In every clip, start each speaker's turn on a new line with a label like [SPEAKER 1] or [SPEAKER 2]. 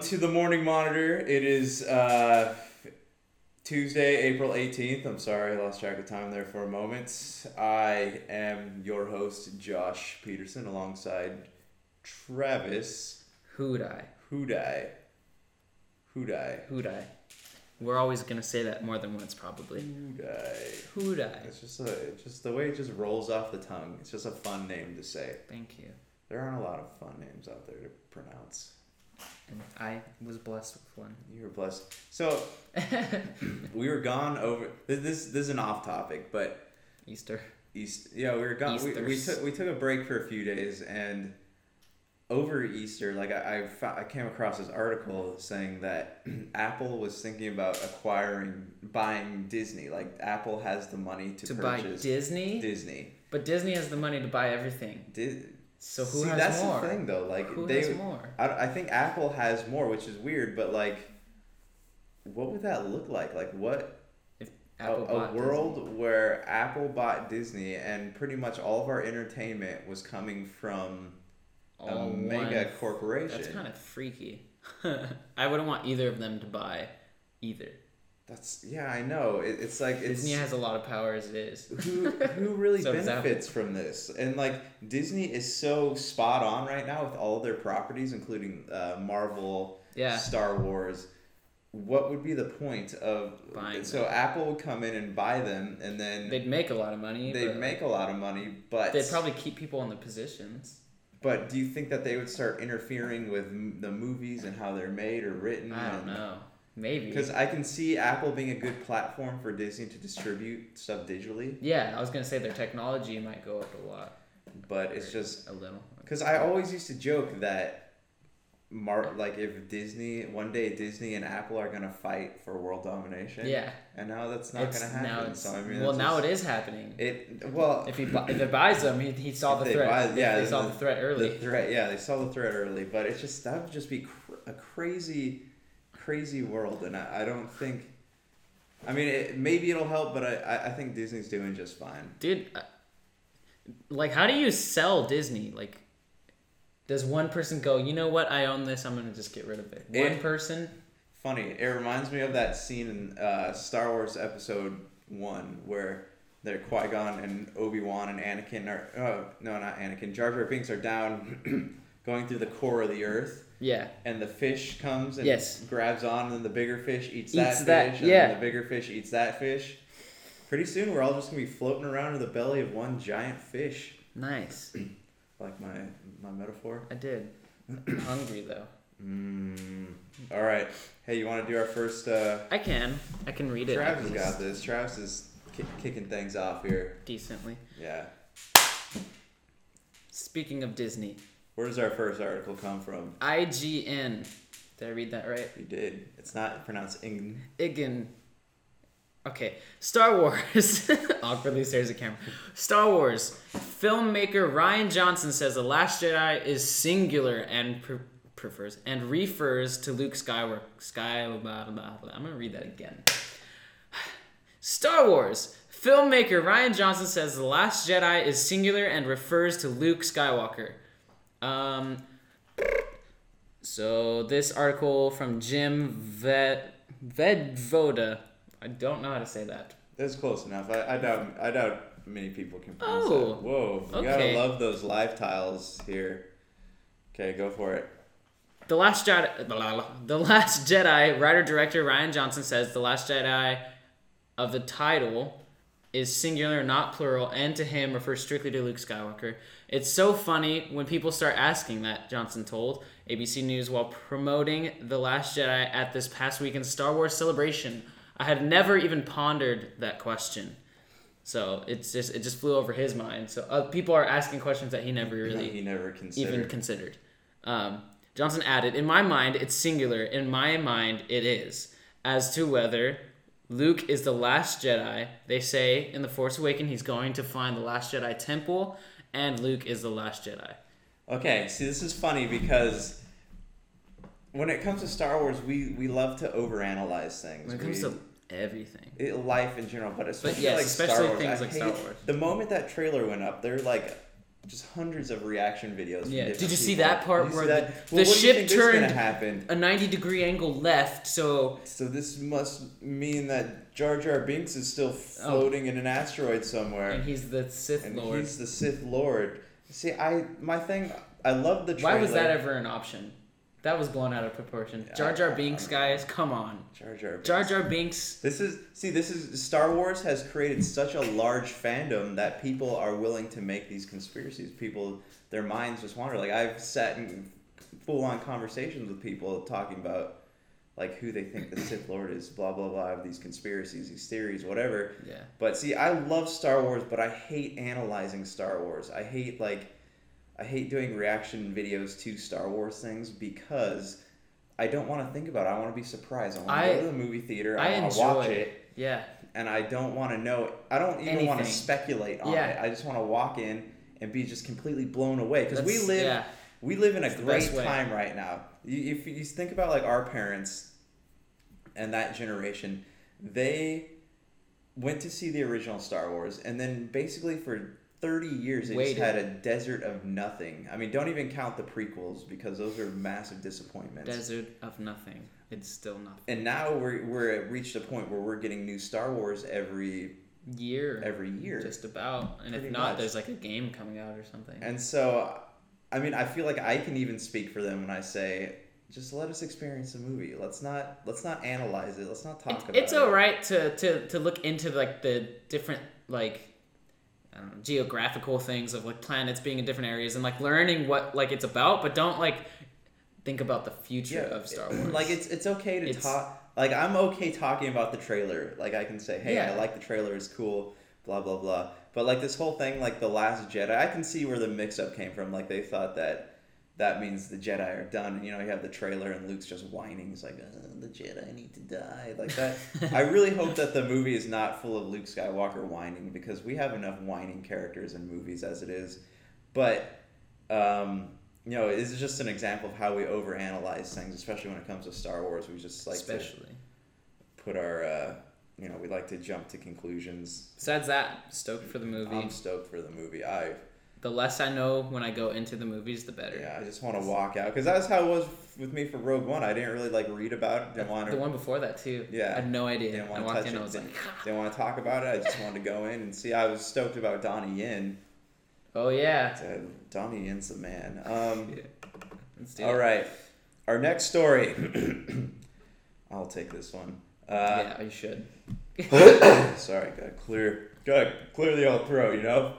[SPEAKER 1] to the morning monitor. It is uh, Tuesday, April 18th. I'm sorry, I lost track of time there for a moment. I am your host, Josh Peterson, alongside Travis
[SPEAKER 2] Who'd I?
[SPEAKER 1] Hudai. Hudai.
[SPEAKER 2] Who'd I? We're always gonna say that more than once, probably.
[SPEAKER 1] Hudai.
[SPEAKER 2] Who'd I?
[SPEAKER 1] It's just a, it's just the way it just rolls off the tongue. It's just a fun name to say.
[SPEAKER 2] Thank you.
[SPEAKER 1] There aren't a lot of fun names out there to pronounce.
[SPEAKER 2] And I was blessed with one.
[SPEAKER 1] You were blessed. So we were gone over this. This, this is an off topic, but
[SPEAKER 2] Easter.
[SPEAKER 1] East. Yeah, we were gone. We, we
[SPEAKER 2] Easters.
[SPEAKER 1] took we took a break for a few days, and over Easter, like I I, fo- I came across this article saying that Apple was thinking about acquiring buying Disney. Like Apple has the money to,
[SPEAKER 2] To buy
[SPEAKER 1] purchase
[SPEAKER 2] Disney?
[SPEAKER 1] Disney.
[SPEAKER 2] but Disney has the money to buy everything.
[SPEAKER 1] Di-
[SPEAKER 2] So who
[SPEAKER 1] See,
[SPEAKER 2] has
[SPEAKER 1] that's
[SPEAKER 2] more?
[SPEAKER 1] the thing though. Like
[SPEAKER 2] Who
[SPEAKER 1] they.
[SPEAKER 2] has more?
[SPEAKER 1] I, I think Apple has more, which is weird, but like, what would that look like? Like what?
[SPEAKER 2] If
[SPEAKER 1] a,
[SPEAKER 2] Apple
[SPEAKER 1] a
[SPEAKER 2] bought
[SPEAKER 1] world
[SPEAKER 2] Disney.
[SPEAKER 1] where Apple bought Disney and pretty much all of our entertainment was coming from a
[SPEAKER 2] All
[SPEAKER 1] mega
[SPEAKER 2] one.
[SPEAKER 1] corporation.
[SPEAKER 2] That's kind of freaky. I wouldn't want either of them to buy either.
[SPEAKER 1] That's- yeah, I know. It, it's like it's
[SPEAKER 2] Disney has a lot of power as it is.
[SPEAKER 1] who who really
[SPEAKER 2] So does Apple.
[SPEAKER 1] benefits from this? And like Disney is so spot on right now with all of their properties, including uh, Marvel,
[SPEAKER 2] Yeah.
[SPEAKER 1] Star Wars. What would be the point of
[SPEAKER 2] Buying
[SPEAKER 1] so Apple would come in and buy them, and then
[SPEAKER 2] They'd make a lot of money.
[SPEAKER 1] they'd
[SPEAKER 2] but
[SPEAKER 1] make a lot of money, but
[SPEAKER 2] They'd probably keep people in the positions.
[SPEAKER 1] But do you think that they would start interfering with m- the movies and how they're made or written?
[SPEAKER 2] I don't know. Mm. Maybe.
[SPEAKER 1] Because I can see Apple being a good platform for Disney to distribute stuff digitally,
[SPEAKER 2] Yeah, I was gonna say their technology might go up a lot.
[SPEAKER 1] but it's just
[SPEAKER 2] a little.
[SPEAKER 1] because I always used to joke that, Mar- like if Disney one day Disney and Apple are gonna fight for world domination.
[SPEAKER 2] Yeah,
[SPEAKER 1] And now that's not
[SPEAKER 2] it's-
[SPEAKER 1] gonna
[SPEAKER 2] Now
[SPEAKER 1] happen.
[SPEAKER 2] it's,
[SPEAKER 1] So I mean,
[SPEAKER 2] well,
[SPEAKER 1] it's
[SPEAKER 2] now
[SPEAKER 1] just-
[SPEAKER 2] it is happening.
[SPEAKER 1] It well,
[SPEAKER 2] If he bu- if it buys them, he, he saw
[SPEAKER 1] If
[SPEAKER 2] the
[SPEAKER 1] they
[SPEAKER 2] threat.
[SPEAKER 1] buy- yeah,
[SPEAKER 2] yeah, he
[SPEAKER 1] the-
[SPEAKER 2] saw the threat
[SPEAKER 1] The
[SPEAKER 2] early.
[SPEAKER 1] threat, yeah, they saw the threat early, but it's just that would just be cr- a crazy, crazy world, and I, I don't think. I mean, it, maybe it'll help, but I, I- I think Disney's doing just fine.
[SPEAKER 2] Dude, uh, like, how do you sell Disney? Like, does one person go, you know what? I own this. I'm gonna just get rid of it. One
[SPEAKER 1] It-
[SPEAKER 2] person.
[SPEAKER 1] Funny, it reminds me of that scene in uh, Star Wars Episode One where they're Qui Gon and Obi Wan and Anakin are oh no not Anakin Jar Jar Binks are down, going through the core of the earth.
[SPEAKER 2] Yeah.
[SPEAKER 1] and the fish comes and
[SPEAKER 2] Yes.
[SPEAKER 1] grabs on, and then the bigger fish eats,
[SPEAKER 2] Eats
[SPEAKER 1] that,
[SPEAKER 2] that,
[SPEAKER 1] fish,
[SPEAKER 2] yeah.
[SPEAKER 1] and then the bigger fish eats that fish. Pretty soon, we're all just gonna be floating around in the belly of one giant fish,
[SPEAKER 2] Nice.
[SPEAKER 1] like my my metaphor.
[SPEAKER 2] I did. I'm hungry though.
[SPEAKER 1] Mm. All right, hey, you want to do our first? Uh,
[SPEAKER 2] I can. I can read it. at
[SPEAKER 1] Travis
[SPEAKER 2] least
[SPEAKER 1] got this. Travis is ki- kicking things off here.
[SPEAKER 2] decently.
[SPEAKER 1] Yeah.
[SPEAKER 2] Speaking of Disney,
[SPEAKER 1] Where does our first article come from?
[SPEAKER 2] IGN. Did I read that right?
[SPEAKER 1] You did. It's not pronounced Ing.
[SPEAKER 2] Igan. Okay, Star Wars. Awkwardly stares at camera. Star Wars. Filmmaker Ryan Johnson says The Last Jedi is singular and pre- prefers and refers to Luke Skywalker. Sky. Blah, blah, blah, blah. I'm gonna read that again. Star Wars. Filmmaker Ryan Johnson says The Last Jedi is singular and refers to Luke Skywalker. Um, so this article from Jim Ved- Vedvoda. I don't know how to say that.
[SPEAKER 1] That's close enough. I, I doubt. I doubt many people can. pronounce
[SPEAKER 2] Oh,
[SPEAKER 1] that. Whoa! You
[SPEAKER 2] okay.
[SPEAKER 1] gotta love those live tiles here. Okay, go for it.
[SPEAKER 2] The Last Jedi. blah, blah, blah. The Last Jedi writer director Ryan Johnson says the Last Jedi of the title is singular, not plural, and to him refers strictly to Luke Skywalker. It's so funny when people start asking that, Johnson told ABC News while promoting The Last Jedi at this past weekend's Star Wars celebration. I had never even pondered that question. So it's just it just flew over his mind. So uh, people are asking questions that he never really
[SPEAKER 1] He never considered.
[SPEAKER 2] even considered. Um, Johnson added, In my mind, it's singular. In my mind, it is. As to whether Luke is the last Jedi, they say in The Force Awakens he's going to find the last Jedi temple, and Luke is the last Jedi.
[SPEAKER 1] okay, see, this is funny because when it comes to Star Wars, we we love to overanalyze things.
[SPEAKER 2] When it comes
[SPEAKER 1] We-
[SPEAKER 2] to everything,
[SPEAKER 1] it- life in general, but especially
[SPEAKER 2] yes,
[SPEAKER 1] like
[SPEAKER 2] especially
[SPEAKER 1] Star Wars.
[SPEAKER 2] things
[SPEAKER 1] I
[SPEAKER 2] like
[SPEAKER 1] hate-
[SPEAKER 2] Star Wars.
[SPEAKER 1] The moment that trailer went up, they're like, just hundreds of reaction videos. from
[SPEAKER 2] Yeah.
[SPEAKER 1] different
[SPEAKER 2] Did you see
[SPEAKER 1] people.
[SPEAKER 2] that part
[SPEAKER 1] Did you
[SPEAKER 2] where
[SPEAKER 1] see that?
[SPEAKER 2] the- the
[SPEAKER 1] Well, what do you
[SPEAKER 2] ship
[SPEAKER 1] think this is gonna
[SPEAKER 2] turned-
[SPEAKER 1] happen?
[SPEAKER 2] A 90 degree angle left, so
[SPEAKER 1] So this must mean that Jar Jar Binks is still floating in an asteroid somewhere.
[SPEAKER 2] Oh. and he's the Sith
[SPEAKER 1] and
[SPEAKER 2] Lord.
[SPEAKER 1] he's the Sith Lord. See, I my thing, I love the trailer.
[SPEAKER 2] Why was that ever an option? That was blown out of proportion.
[SPEAKER 1] Yeah,
[SPEAKER 2] Jar
[SPEAKER 1] I-
[SPEAKER 2] Jar
[SPEAKER 1] I
[SPEAKER 2] Binks,
[SPEAKER 1] don't
[SPEAKER 2] guys, come on.
[SPEAKER 1] Jar Jar? Binks.
[SPEAKER 2] Jar Jar Binks.
[SPEAKER 1] This is see, this is Star Wars has created such a large fandom that people are willing to make these conspiracies. People, their minds just wander. Like I've sat in full on conversations with people talking about like who they think the Sith Lord is, blah blah blah, of these conspiracies, these theories, whatever.
[SPEAKER 2] Yeah.
[SPEAKER 1] But see, I love Star Wars, but I hate analyzing Star Wars. I hate like I hate doing reaction videos to Star Wars things because I don't want to think about it. I want to be surprised. I want to
[SPEAKER 2] I-
[SPEAKER 1] go to the movie theater.
[SPEAKER 2] I
[SPEAKER 1] I, want to
[SPEAKER 2] enjoy
[SPEAKER 1] watch
[SPEAKER 2] it.
[SPEAKER 1] it,
[SPEAKER 2] Yeah.
[SPEAKER 1] and I don't want to know. I don't even want to
[SPEAKER 2] Anything.
[SPEAKER 1] speculate on
[SPEAKER 2] Yeah.
[SPEAKER 1] it. I just want to walk in and be just completely blown away because we
[SPEAKER 2] That's-
[SPEAKER 1] live
[SPEAKER 2] yeah.
[SPEAKER 1] we live in a
[SPEAKER 2] It's the
[SPEAKER 1] great
[SPEAKER 2] best way.
[SPEAKER 1] time right now. You, if you think about like our parents and that generation, they went to see the original Star Wars, and then basically for thirty years they
[SPEAKER 2] Waited.
[SPEAKER 1] just had a desert of nothing. I mean, don't even count the prequels because those are massive disappointments.
[SPEAKER 2] Desert of nothing. It's still nothing.
[SPEAKER 1] and now we're we're at- reached a point where we're getting new Star Wars every
[SPEAKER 2] Year.
[SPEAKER 1] every year.
[SPEAKER 2] Just about. And
[SPEAKER 1] Pretty
[SPEAKER 2] if not,
[SPEAKER 1] much.
[SPEAKER 2] there's like a game coming out or something.
[SPEAKER 1] And so, I mean, I feel like I can even speak for them when I say, just let us experience the movie. Let's not let's not analyze it. Let's not talk
[SPEAKER 2] It's-
[SPEAKER 1] about
[SPEAKER 2] it's
[SPEAKER 1] it.
[SPEAKER 2] all right to, to to look into like the different like I don't know, geographical things of like planets being in different areas and like learning what like it's about, but don't like think about the future of Star Wars.
[SPEAKER 1] Like it's it's okay to
[SPEAKER 2] It's-
[SPEAKER 1] talk. Like I'm okay talking about the trailer. Like I can say, hey,
[SPEAKER 2] Yeah.
[SPEAKER 1] I like the trailer. It's cool. Blah blah blah. But like this whole thing, like the Last Jedi, I can see where the mix-up came from. Like they thought that that means the Jedi are done. And, you know, you have the trailer and Luke's just whining. He's like, uh, the Jedi need to die. Like that. I really hope that the movie is not full of Luke Skywalker whining because we have enough whining characters in movies as it is. But um, you know, this is just an example of how we overanalyze things, especially when it comes to Star Wars. We just like
[SPEAKER 2] especially.
[SPEAKER 1] to put our, uh, you know, we like to jump to conclusions.
[SPEAKER 2] Besides that, stoked for the movie.
[SPEAKER 1] I'm stoked for the movie. I
[SPEAKER 2] the less I know when I go into the movies, the better.
[SPEAKER 1] yeah, I just want to walk out because that's how it was with me for Rogue One. I didn't really like read about it. Didn't want
[SPEAKER 2] The
[SPEAKER 1] to.
[SPEAKER 2] one before that too.
[SPEAKER 1] Yeah.
[SPEAKER 2] I had no idea.
[SPEAKER 1] Didn't
[SPEAKER 2] I
[SPEAKER 1] want to
[SPEAKER 2] walked
[SPEAKER 1] touch
[SPEAKER 2] in,
[SPEAKER 1] it.
[SPEAKER 2] I was like,
[SPEAKER 1] didn't, want to talk about it. I just wanted to go in and see. I was stoked about Donnie Yen.
[SPEAKER 2] oh yeah.
[SPEAKER 1] Dude, Donnie Yen's the man. Um,
[SPEAKER 2] Let's do
[SPEAKER 1] All
[SPEAKER 2] it.
[SPEAKER 1] right. Our next story. I'll take this one. Uh,
[SPEAKER 2] yeah, you should.
[SPEAKER 1] Sorry, gotta clear, gotta clear the old throat, you know?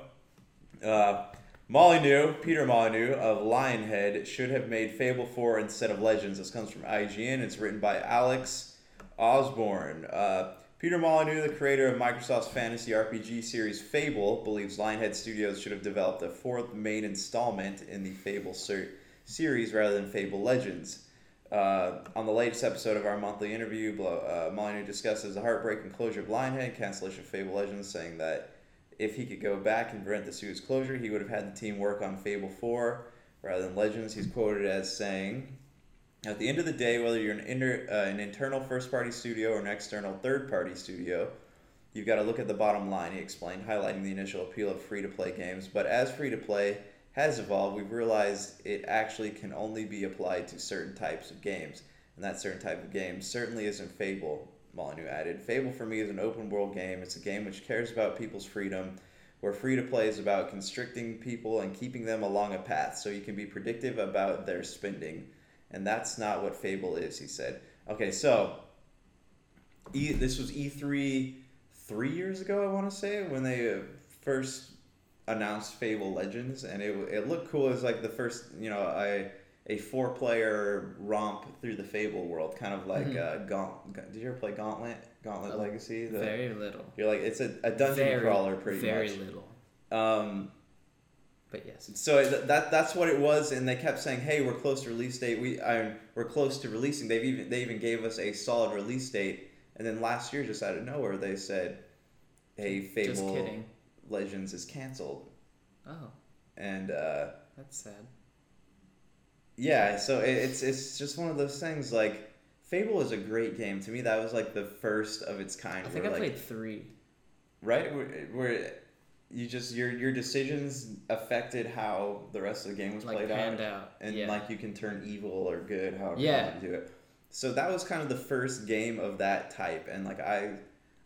[SPEAKER 1] Uh, Molyneux, Peter Molyneux of Lionhead, should have made Fable 4 instead of Legends. This comes from IGN. It's written by Alex Osborne. Uh, Peter Molyneux, the creator of Microsoft's fantasy RPG series Fable, believes Lionhead Studios should have developed a fourth main installment in the Fable ser- series rather than Fable Legends. Uh, on the latest episode of our monthly interview, Blo- uh, Molyneux discusses the heartbreaking closure of Lionhead, cancellation of Fable Legends, saying that if he could go back and prevent the series closure, he would have had the team work on Fable 4 rather than Legends. He's quoted as saying, At the end of the day, whether you're an, inter- uh, an internal first party studio or an external third party studio, You've got to look at the bottom line, he explained, highlighting the initial appeal of free to play games. But as free to play has evolved, we've realized it actually can only be applied to certain types of games. And that certain type of game certainly isn't Fable, Molyneux added. Fable for me is an open world game, it's a game which cares about people's freedom. Where free to play is about constricting people and keeping them along a path so you can be predictive about their spending. And that's not what Fable is, he said. Okay, so E, this was E3 three years ago, I want to say, when they uh, first announced Fable Legends, and it, it looked cool. It was like the first, you know, I, a four player romp through the Fable world, kind of like uh, Gaunt. Did you ever play Gauntlet? Gauntlet
[SPEAKER 2] Mm-hmm. Uh,
[SPEAKER 1] Legacy? The,
[SPEAKER 2] Very little.
[SPEAKER 1] You're like, it's a, a dungeon
[SPEAKER 2] very,
[SPEAKER 1] crawler, pretty
[SPEAKER 2] very
[SPEAKER 1] much.
[SPEAKER 2] little.
[SPEAKER 1] Um,
[SPEAKER 2] But yes.
[SPEAKER 1] so th- that that's what it was, and they kept saying, "Hey, we're close to release date. We I, we're close to releasing." They've even they even gave us a solid release date, and then last year, just out of nowhere, they said, "Hey, Fable
[SPEAKER 2] Just kidding.
[SPEAKER 1] Legends is canceled,"
[SPEAKER 2] Oh,
[SPEAKER 1] and uh,
[SPEAKER 2] that's sad.
[SPEAKER 1] yeah, so it, it's it's just one of those things. Like Fable is a great game to me. That was like the first of its kind.
[SPEAKER 2] I think I
[SPEAKER 1] where, like,
[SPEAKER 2] played three.
[SPEAKER 1] right where, where you just your your decisions affected how the rest of the game was
[SPEAKER 2] like
[SPEAKER 1] played
[SPEAKER 2] panned
[SPEAKER 1] out,
[SPEAKER 2] out.
[SPEAKER 1] and
[SPEAKER 2] yeah.
[SPEAKER 1] like you can turn evil or good however
[SPEAKER 2] Yeah.
[SPEAKER 1] you want to do it. So that was kind of the first game of that type, and like I,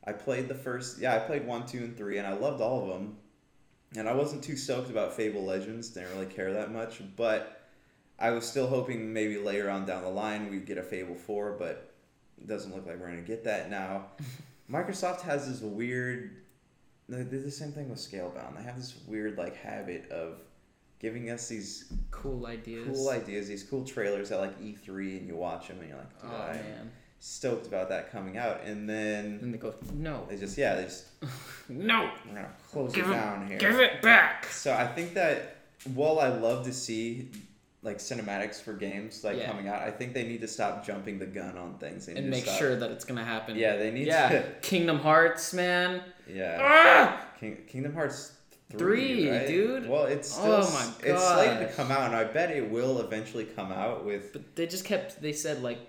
[SPEAKER 1] I played the first yeah I played one two and three and I loved all of them, and I wasn't too stoked about Fable Legends didn't really care that much, but I was still hoping maybe later on down the line we'd get a Fable four, but it doesn't look like we're gonna get that now. Microsoft has this weird they did the same thing with Scalebound. They have this weird like habit of giving us these
[SPEAKER 2] cool ideas.
[SPEAKER 1] cool ideas, these cool trailers at like E3, and you watch them and you're like,
[SPEAKER 2] Oh
[SPEAKER 1] dude, I'm
[SPEAKER 2] man.
[SPEAKER 1] stoked about that coming out. And then
[SPEAKER 2] And they go, no,
[SPEAKER 1] they just yeah, they just
[SPEAKER 2] no,
[SPEAKER 1] we're gonna close
[SPEAKER 2] Give
[SPEAKER 1] it
[SPEAKER 2] 'em-
[SPEAKER 1] down here.
[SPEAKER 2] give it back.
[SPEAKER 1] So I think that while I love to see like cinematics for games like
[SPEAKER 2] Yeah.
[SPEAKER 1] coming out, I think they need to stop jumping the gun on things They need
[SPEAKER 2] And
[SPEAKER 1] to
[SPEAKER 2] make
[SPEAKER 1] stop-
[SPEAKER 2] sure that it's gonna happen.
[SPEAKER 1] Yeah, they need
[SPEAKER 2] Yeah.
[SPEAKER 1] to.
[SPEAKER 2] Kingdom Hearts, man.
[SPEAKER 1] Yeah.
[SPEAKER 2] Ah!
[SPEAKER 1] King, Kingdom Hearts three,
[SPEAKER 2] Three,
[SPEAKER 1] right?
[SPEAKER 2] dude.
[SPEAKER 1] Well, it's still
[SPEAKER 2] Oh
[SPEAKER 1] s-
[SPEAKER 2] my
[SPEAKER 1] it's slated to
[SPEAKER 2] gosh.
[SPEAKER 1] come out, and I bet it will eventually come out with.
[SPEAKER 2] But they just kept. They said like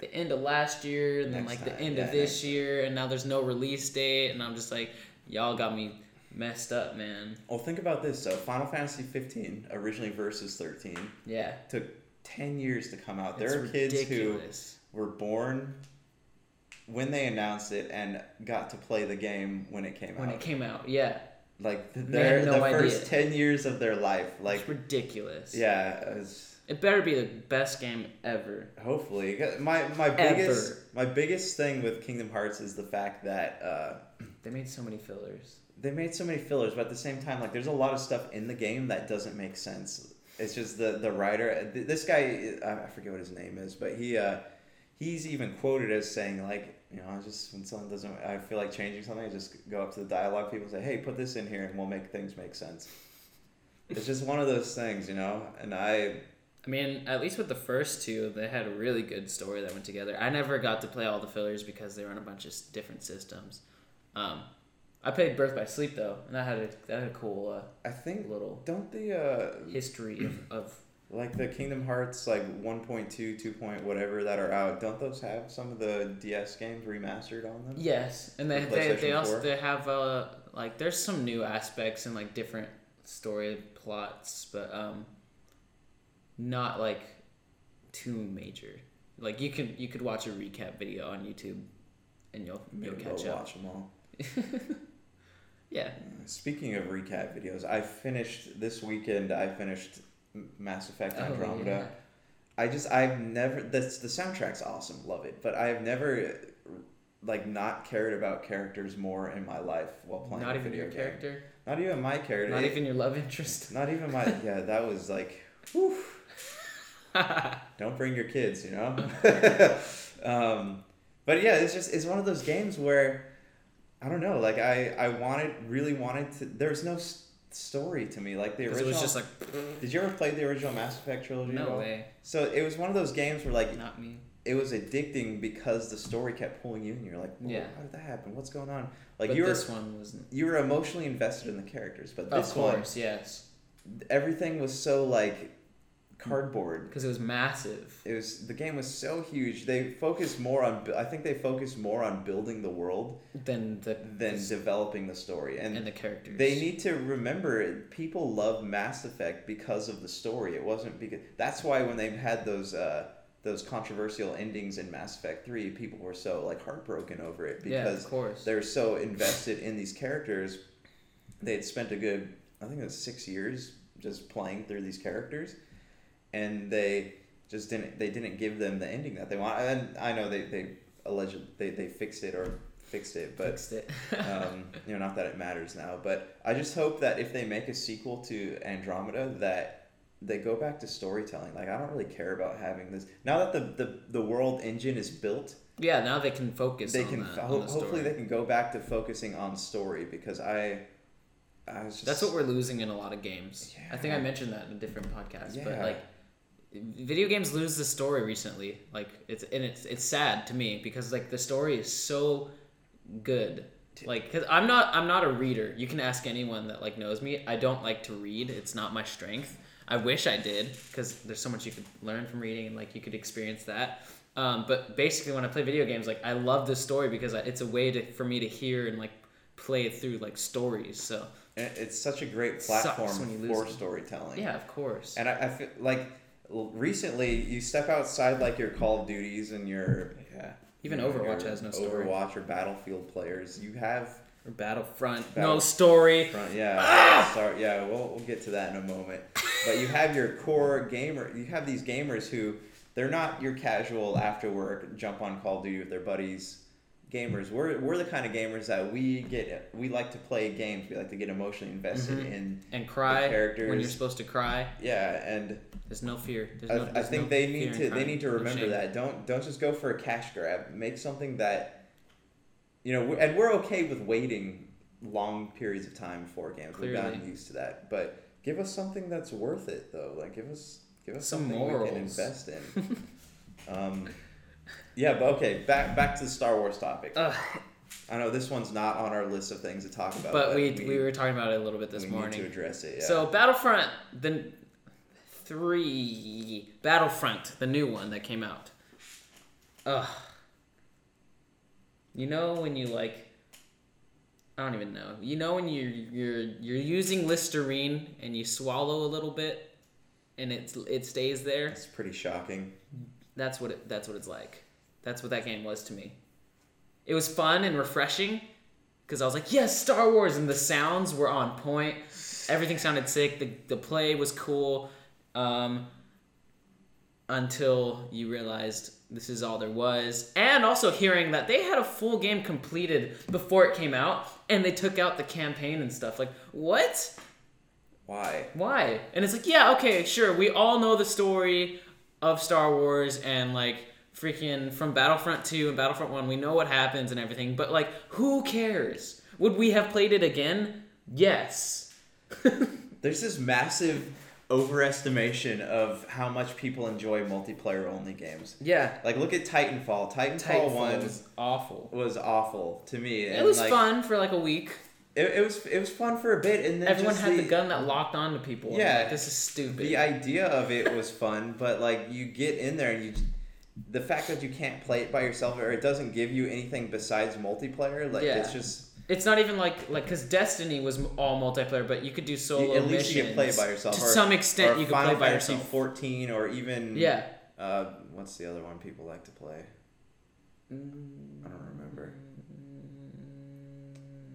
[SPEAKER 2] the end of last year, and then
[SPEAKER 1] Next
[SPEAKER 2] like the
[SPEAKER 1] time,
[SPEAKER 2] end of
[SPEAKER 1] yeah,
[SPEAKER 2] this
[SPEAKER 1] next
[SPEAKER 2] year, and now there's no release date, and I'm just like, y'all got me messed up, man.
[SPEAKER 1] Well, think about this though. Final Fantasy 15 originally versus 13
[SPEAKER 2] Yeah.
[SPEAKER 1] took 10 years to come out. There
[SPEAKER 2] it's
[SPEAKER 1] are kids
[SPEAKER 2] ridiculous.
[SPEAKER 1] who were born when they announced it and got to play the game when it came
[SPEAKER 2] when
[SPEAKER 1] out.
[SPEAKER 2] it came out. Yeah,
[SPEAKER 1] like th-
[SPEAKER 2] They had
[SPEAKER 1] their
[SPEAKER 2] no
[SPEAKER 1] the first
[SPEAKER 2] idea.
[SPEAKER 1] 10 years of their life. Like
[SPEAKER 2] it's ridiculous.
[SPEAKER 1] yeah, it was-
[SPEAKER 2] It better be the best game ever.
[SPEAKER 1] Hopefully, 'Cause my my
[SPEAKER 2] Ever.
[SPEAKER 1] biggest my biggest thing with Kingdom Hearts is the fact that uh,
[SPEAKER 2] They made so many fillers.
[SPEAKER 1] they made so many fillers, but at the same time, like there's a lot of stuff in the game that doesn't make sense. It's just the the writer, th- this guy, I I forget what his name is, but he uh, he's even quoted as saying like, you know, I just when something doesn't, I feel like changing something, I just go up to the dialogue people and say, hey, put this in here, and we'll make things make sense. It's just one of those things, you know, and I
[SPEAKER 2] I mean, at least with the first two, they had a really good story that went together. I never got to play all the fillers because they were on a bunch of s- different systems. Um, I played Birth by Sleep though, and that had a that had a cool uh,
[SPEAKER 1] I think
[SPEAKER 2] little
[SPEAKER 1] don't the uh,
[SPEAKER 2] history of, of
[SPEAKER 1] Like the Kingdom Hearts, like 1.2, 2. Point whatever that are out, don't those have some of the DS games remastered on them?
[SPEAKER 2] yes, and they
[SPEAKER 1] For
[SPEAKER 2] they, they
[SPEAKER 1] PlayStation
[SPEAKER 2] also
[SPEAKER 1] 4?
[SPEAKER 2] they have uh like there's some new aspects and like different story plots, but um, not like too major. Like you could you could watch a recap video on YouTube, and you'll you'll
[SPEAKER 1] Maybe
[SPEAKER 2] catch
[SPEAKER 1] I'll
[SPEAKER 2] up.
[SPEAKER 1] watch them all.
[SPEAKER 2] Yeah.
[SPEAKER 1] Speaking of recap videos, I finished this weekend. I finished M- Mass Effect
[SPEAKER 2] Oh,
[SPEAKER 1] Andromeda.
[SPEAKER 2] yeah.
[SPEAKER 1] I just I've never that's the soundtrack's awesome, love it. But I've never like not cared about characters more in my life while playing
[SPEAKER 2] Oh, Not
[SPEAKER 1] a
[SPEAKER 2] even
[SPEAKER 1] video
[SPEAKER 2] your
[SPEAKER 1] game.
[SPEAKER 2] character.
[SPEAKER 1] Not even my character.
[SPEAKER 2] Not
[SPEAKER 1] It-
[SPEAKER 2] even your love interest.
[SPEAKER 1] Not even my yeah. That was like, whew. Don't bring your kids, you know. um, but yeah, it's just it's one of those games where I don't know. Like I I wanted really wanted to. There's no s- story to me. Like the
[SPEAKER 2] 'Cause
[SPEAKER 1] original.
[SPEAKER 2] it was just like
[SPEAKER 1] did you ever play the original Mass Effect trilogy? at
[SPEAKER 2] no
[SPEAKER 1] all?
[SPEAKER 2] way,
[SPEAKER 1] So it was one of those games where like
[SPEAKER 2] not me.
[SPEAKER 1] it was addicting because the story kept pulling you in. You're like, well,
[SPEAKER 2] Yeah.
[SPEAKER 1] how did that happen? What's going on?
[SPEAKER 2] Like
[SPEAKER 1] Like
[SPEAKER 2] but
[SPEAKER 1] you were
[SPEAKER 2] this one wasn't.
[SPEAKER 1] you were emotionally invested in the characters, but this
[SPEAKER 2] of
[SPEAKER 1] one
[SPEAKER 2] course, yes,
[SPEAKER 1] everything was so like cardboard.
[SPEAKER 2] because it was massive.
[SPEAKER 1] It was the game was so huge. They focused more on. bu- I think they focused more on building the world
[SPEAKER 2] Than the
[SPEAKER 1] than developing the story. And,
[SPEAKER 2] and the characters.
[SPEAKER 1] they need to remember people love Mass Effect because of the story. It wasn't because that's why when they had those uh, those controversial endings in Mass Effect Three, people were so like heartbroken over it
[SPEAKER 2] yeah,
[SPEAKER 1] because
[SPEAKER 2] of course.
[SPEAKER 1] they're so invested in these characters. They had spent a good, I think it was six years just playing through these characters, and they just didn't. They didn't give them the ending that they want. And I know they they alleged they they fixed it or fixed it, but
[SPEAKER 2] fixed it.
[SPEAKER 1] um, you know, not that it matters now, but I just hope that if they make a sequel to Andromeda, that they go back to storytelling. Like I don't really care about having this now that the the, the world engine is built.
[SPEAKER 2] yeah, now they can focus.
[SPEAKER 1] They
[SPEAKER 2] on
[SPEAKER 1] can
[SPEAKER 2] that,
[SPEAKER 1] ho-
[SPEAKER 2] on the
[SPEAKER 1] hopefully
[SPEAKER 2] story.
[SPEAKER 1] they can go back to focusing on story because I, I was just
[SPEAKER 2] That's what we're losing in a lot of games. I think I
[SPEAKER 1] Yeah.
[SPEAKER 2] mentioned that in a different podcast, but
[SPEAKER 1] Yeah.
[SPEAKER 2] like video games lose the story recently. Like it's and it's it's sad to me because like the story is so good. Like cuz I'm not I'm not a reader. You can ask anyone that like knows me. I don't like to read. It's not my strength. I wish I did cuz there's so much you could learn from reading and like you could experience that. Um, but basically when I play video games like I love the story because I, it's a way to for me to hear and like play it through like stories. So
[SPEAKER 1] And it- it's such a great
[SPEAKER 2] Sucks
[SPEAKER 1] platform
[SPEAKER 2] when you lose
[SPEAKER 1] for
[SPEAKER 2] them.
[SPEAKER 1] storytelling.
[SPEAKER 2] Yeah, of course.
[SPEAKER 1] And I, I feel like l- recently you step outside like your Call of Duties and your
[SPEAKER 2] yeah. Even
[SPEAKER 1] you know,
[SPEAKER 2] Overwatch
[SPEAKER 1] your
[SPEAKER 2] has no story.
[SPEAKER 1] Overwatch or Battlefield players. You have
[SPEAKER 2] Or Battlefront.
[SPEAKER 1] Battle-
[SPEAKER 2] No story.
[SPEAKER 1] front yeah. Sorry, yeah, we'll we'll get to that in a moment. But you have your core gamer you have these gamers who they're not your casual after work jump on Call of Duty with their buddies gamers. We're we're the kind of gamers that we get we like to play games, we like to get emotionally invested in
[SPEAKER 2] And cry when you're
[SPEAKER 1] characters.
[SPEAKER 2] supposed to cry.
[SPEAKER 1] yeah, and
[SPEAKER 2] There's no fear. There's
[SPEAKER 1] I,
[SPEAKER 2] no,
[SPEAKER 1] I
[SPEAKER 2] there's
[SPEAKER 1] think
[SPEAKER 2] no
[SPEAKER 1] they
[SPEAKER 2] fear
[SPEAKER 1] need
[SPEAKER 2] in
[SPEAKER 1] to they
[SPEAKER 2] crime.
[SPEAKER 1] need to
[SPEAKER 2] No
[SPEAKER 1] remember
[SPEAKER 2] shame.
[SPEAKER 1] that. Don't don't just go for a cash grab. Make something that you know, we're- and we're okay with waiting long periods of time for games. We've gotten
[SPEAKER 2] Clearly.
[SPEAKER 1] used to that, but give us something that's worth it though. Like give us give us
[SPEAKER 2] Some
[SPEAKER 1] something we can
[SPEAKER 2] morals.
[SPEAKER 1] invest in. um, yeah, but okay, back back to the Star Wars topic.
[SPEAKER 2] Ugh,
[SPEAKER 1] I know this one's not on our list of things to talk about,
[SPEAKER 2] but we, we were talking about it a little bit this
[SPEAKER 1] we
[SPEAKER 2] morning.
[SPEAKER 1] need to address it. Yeah.
[SPEAKER 2] So Battlefront, the three Battlefront, the new one that came out. Ugh. You know when you like. I don't even know. You know when you're you're you're using Listerine and you swallow a little bit, and it's it stays there.
[SPEAKER 1] it's pretty shocking.
[SPEAKER 2] That's what it, that's what it's like. That's what that game was to me. It was fun and refreshing because I was like, yes, Star Wars, and the sounds were on point. Everything sounded sick. The the play was cool. Um, until you realized this is all there was, and also hearing that they had a full game completed before it came out, and they took out the campaign and stuff. Like what?
[SPEAKER 1] Why?
[SPEAKER 2] why? And it's like, yeah, okay, sure. We all know the story of Star Wars and like freaking from Battlefront 2 and Battlefront 1. We know what happens and everything, but like, who cares? Would we have played it again? Yes.
[SPEAKER 1] There's this massive overestimation of how much people enjoy multiplayer only games.
[SPEAKER 2] Yeah.
[SPEAKER 1] Like look at Titanfall. Titanfall,
[SPEAKER 2] Titanfall
[SPEAKER 1] one
[SPEAKER 2] was awful.
[SPEAKER 1] was awful to me.
[SPEAKER 2] It
[SPEAKER 1] and,
[SPEAKER 2] was
[SPEAKER 1] like,
[SPEAKER 2] fun for like a week.
[SPEAKER 1] It, it was it was fun for a bit, and then
[SPEAKER 2] Everyone
[SPEAKER 1] just
[SPEAKER 2] had the, gun that locked onto people. and,
[SPEAKER 1] Yeah.
[SPEAKER 2] like, this is stupid.
[SPEAKER 1] The idea of it was fun, but like you get in there and you, the fact that you can't play it by yourself or it doesn't give you anything besides multiplayer, like
[SPEAKER 2] Yeah.
[SPEAKER 1] it's just
[SPEAKER 2] It's not even like like because Destiny was m- all multiplayer, but you could do solo
[SPEAKER 1] you, at least you can play
[SPEAKER 2] missions.
[SPEAKER 1] by yourself.
[SPEAKER 2] To
[SPEAKER 1] or-
[SPEAKER 2] some
[SPEAKER 1] or
[SPEAKER 2] extent, you can
[SPEAKER 1] Final
[SPEAKER 2] play by
[SPEAKER 1] Fantasy
[SPEAKER 2] yourself.
[SPEAKER 1] Fourteen or even
[SPEAKER 2] Yeah.
[SPEAKER 1] Uh, what's the other one people like to play? I don't remember.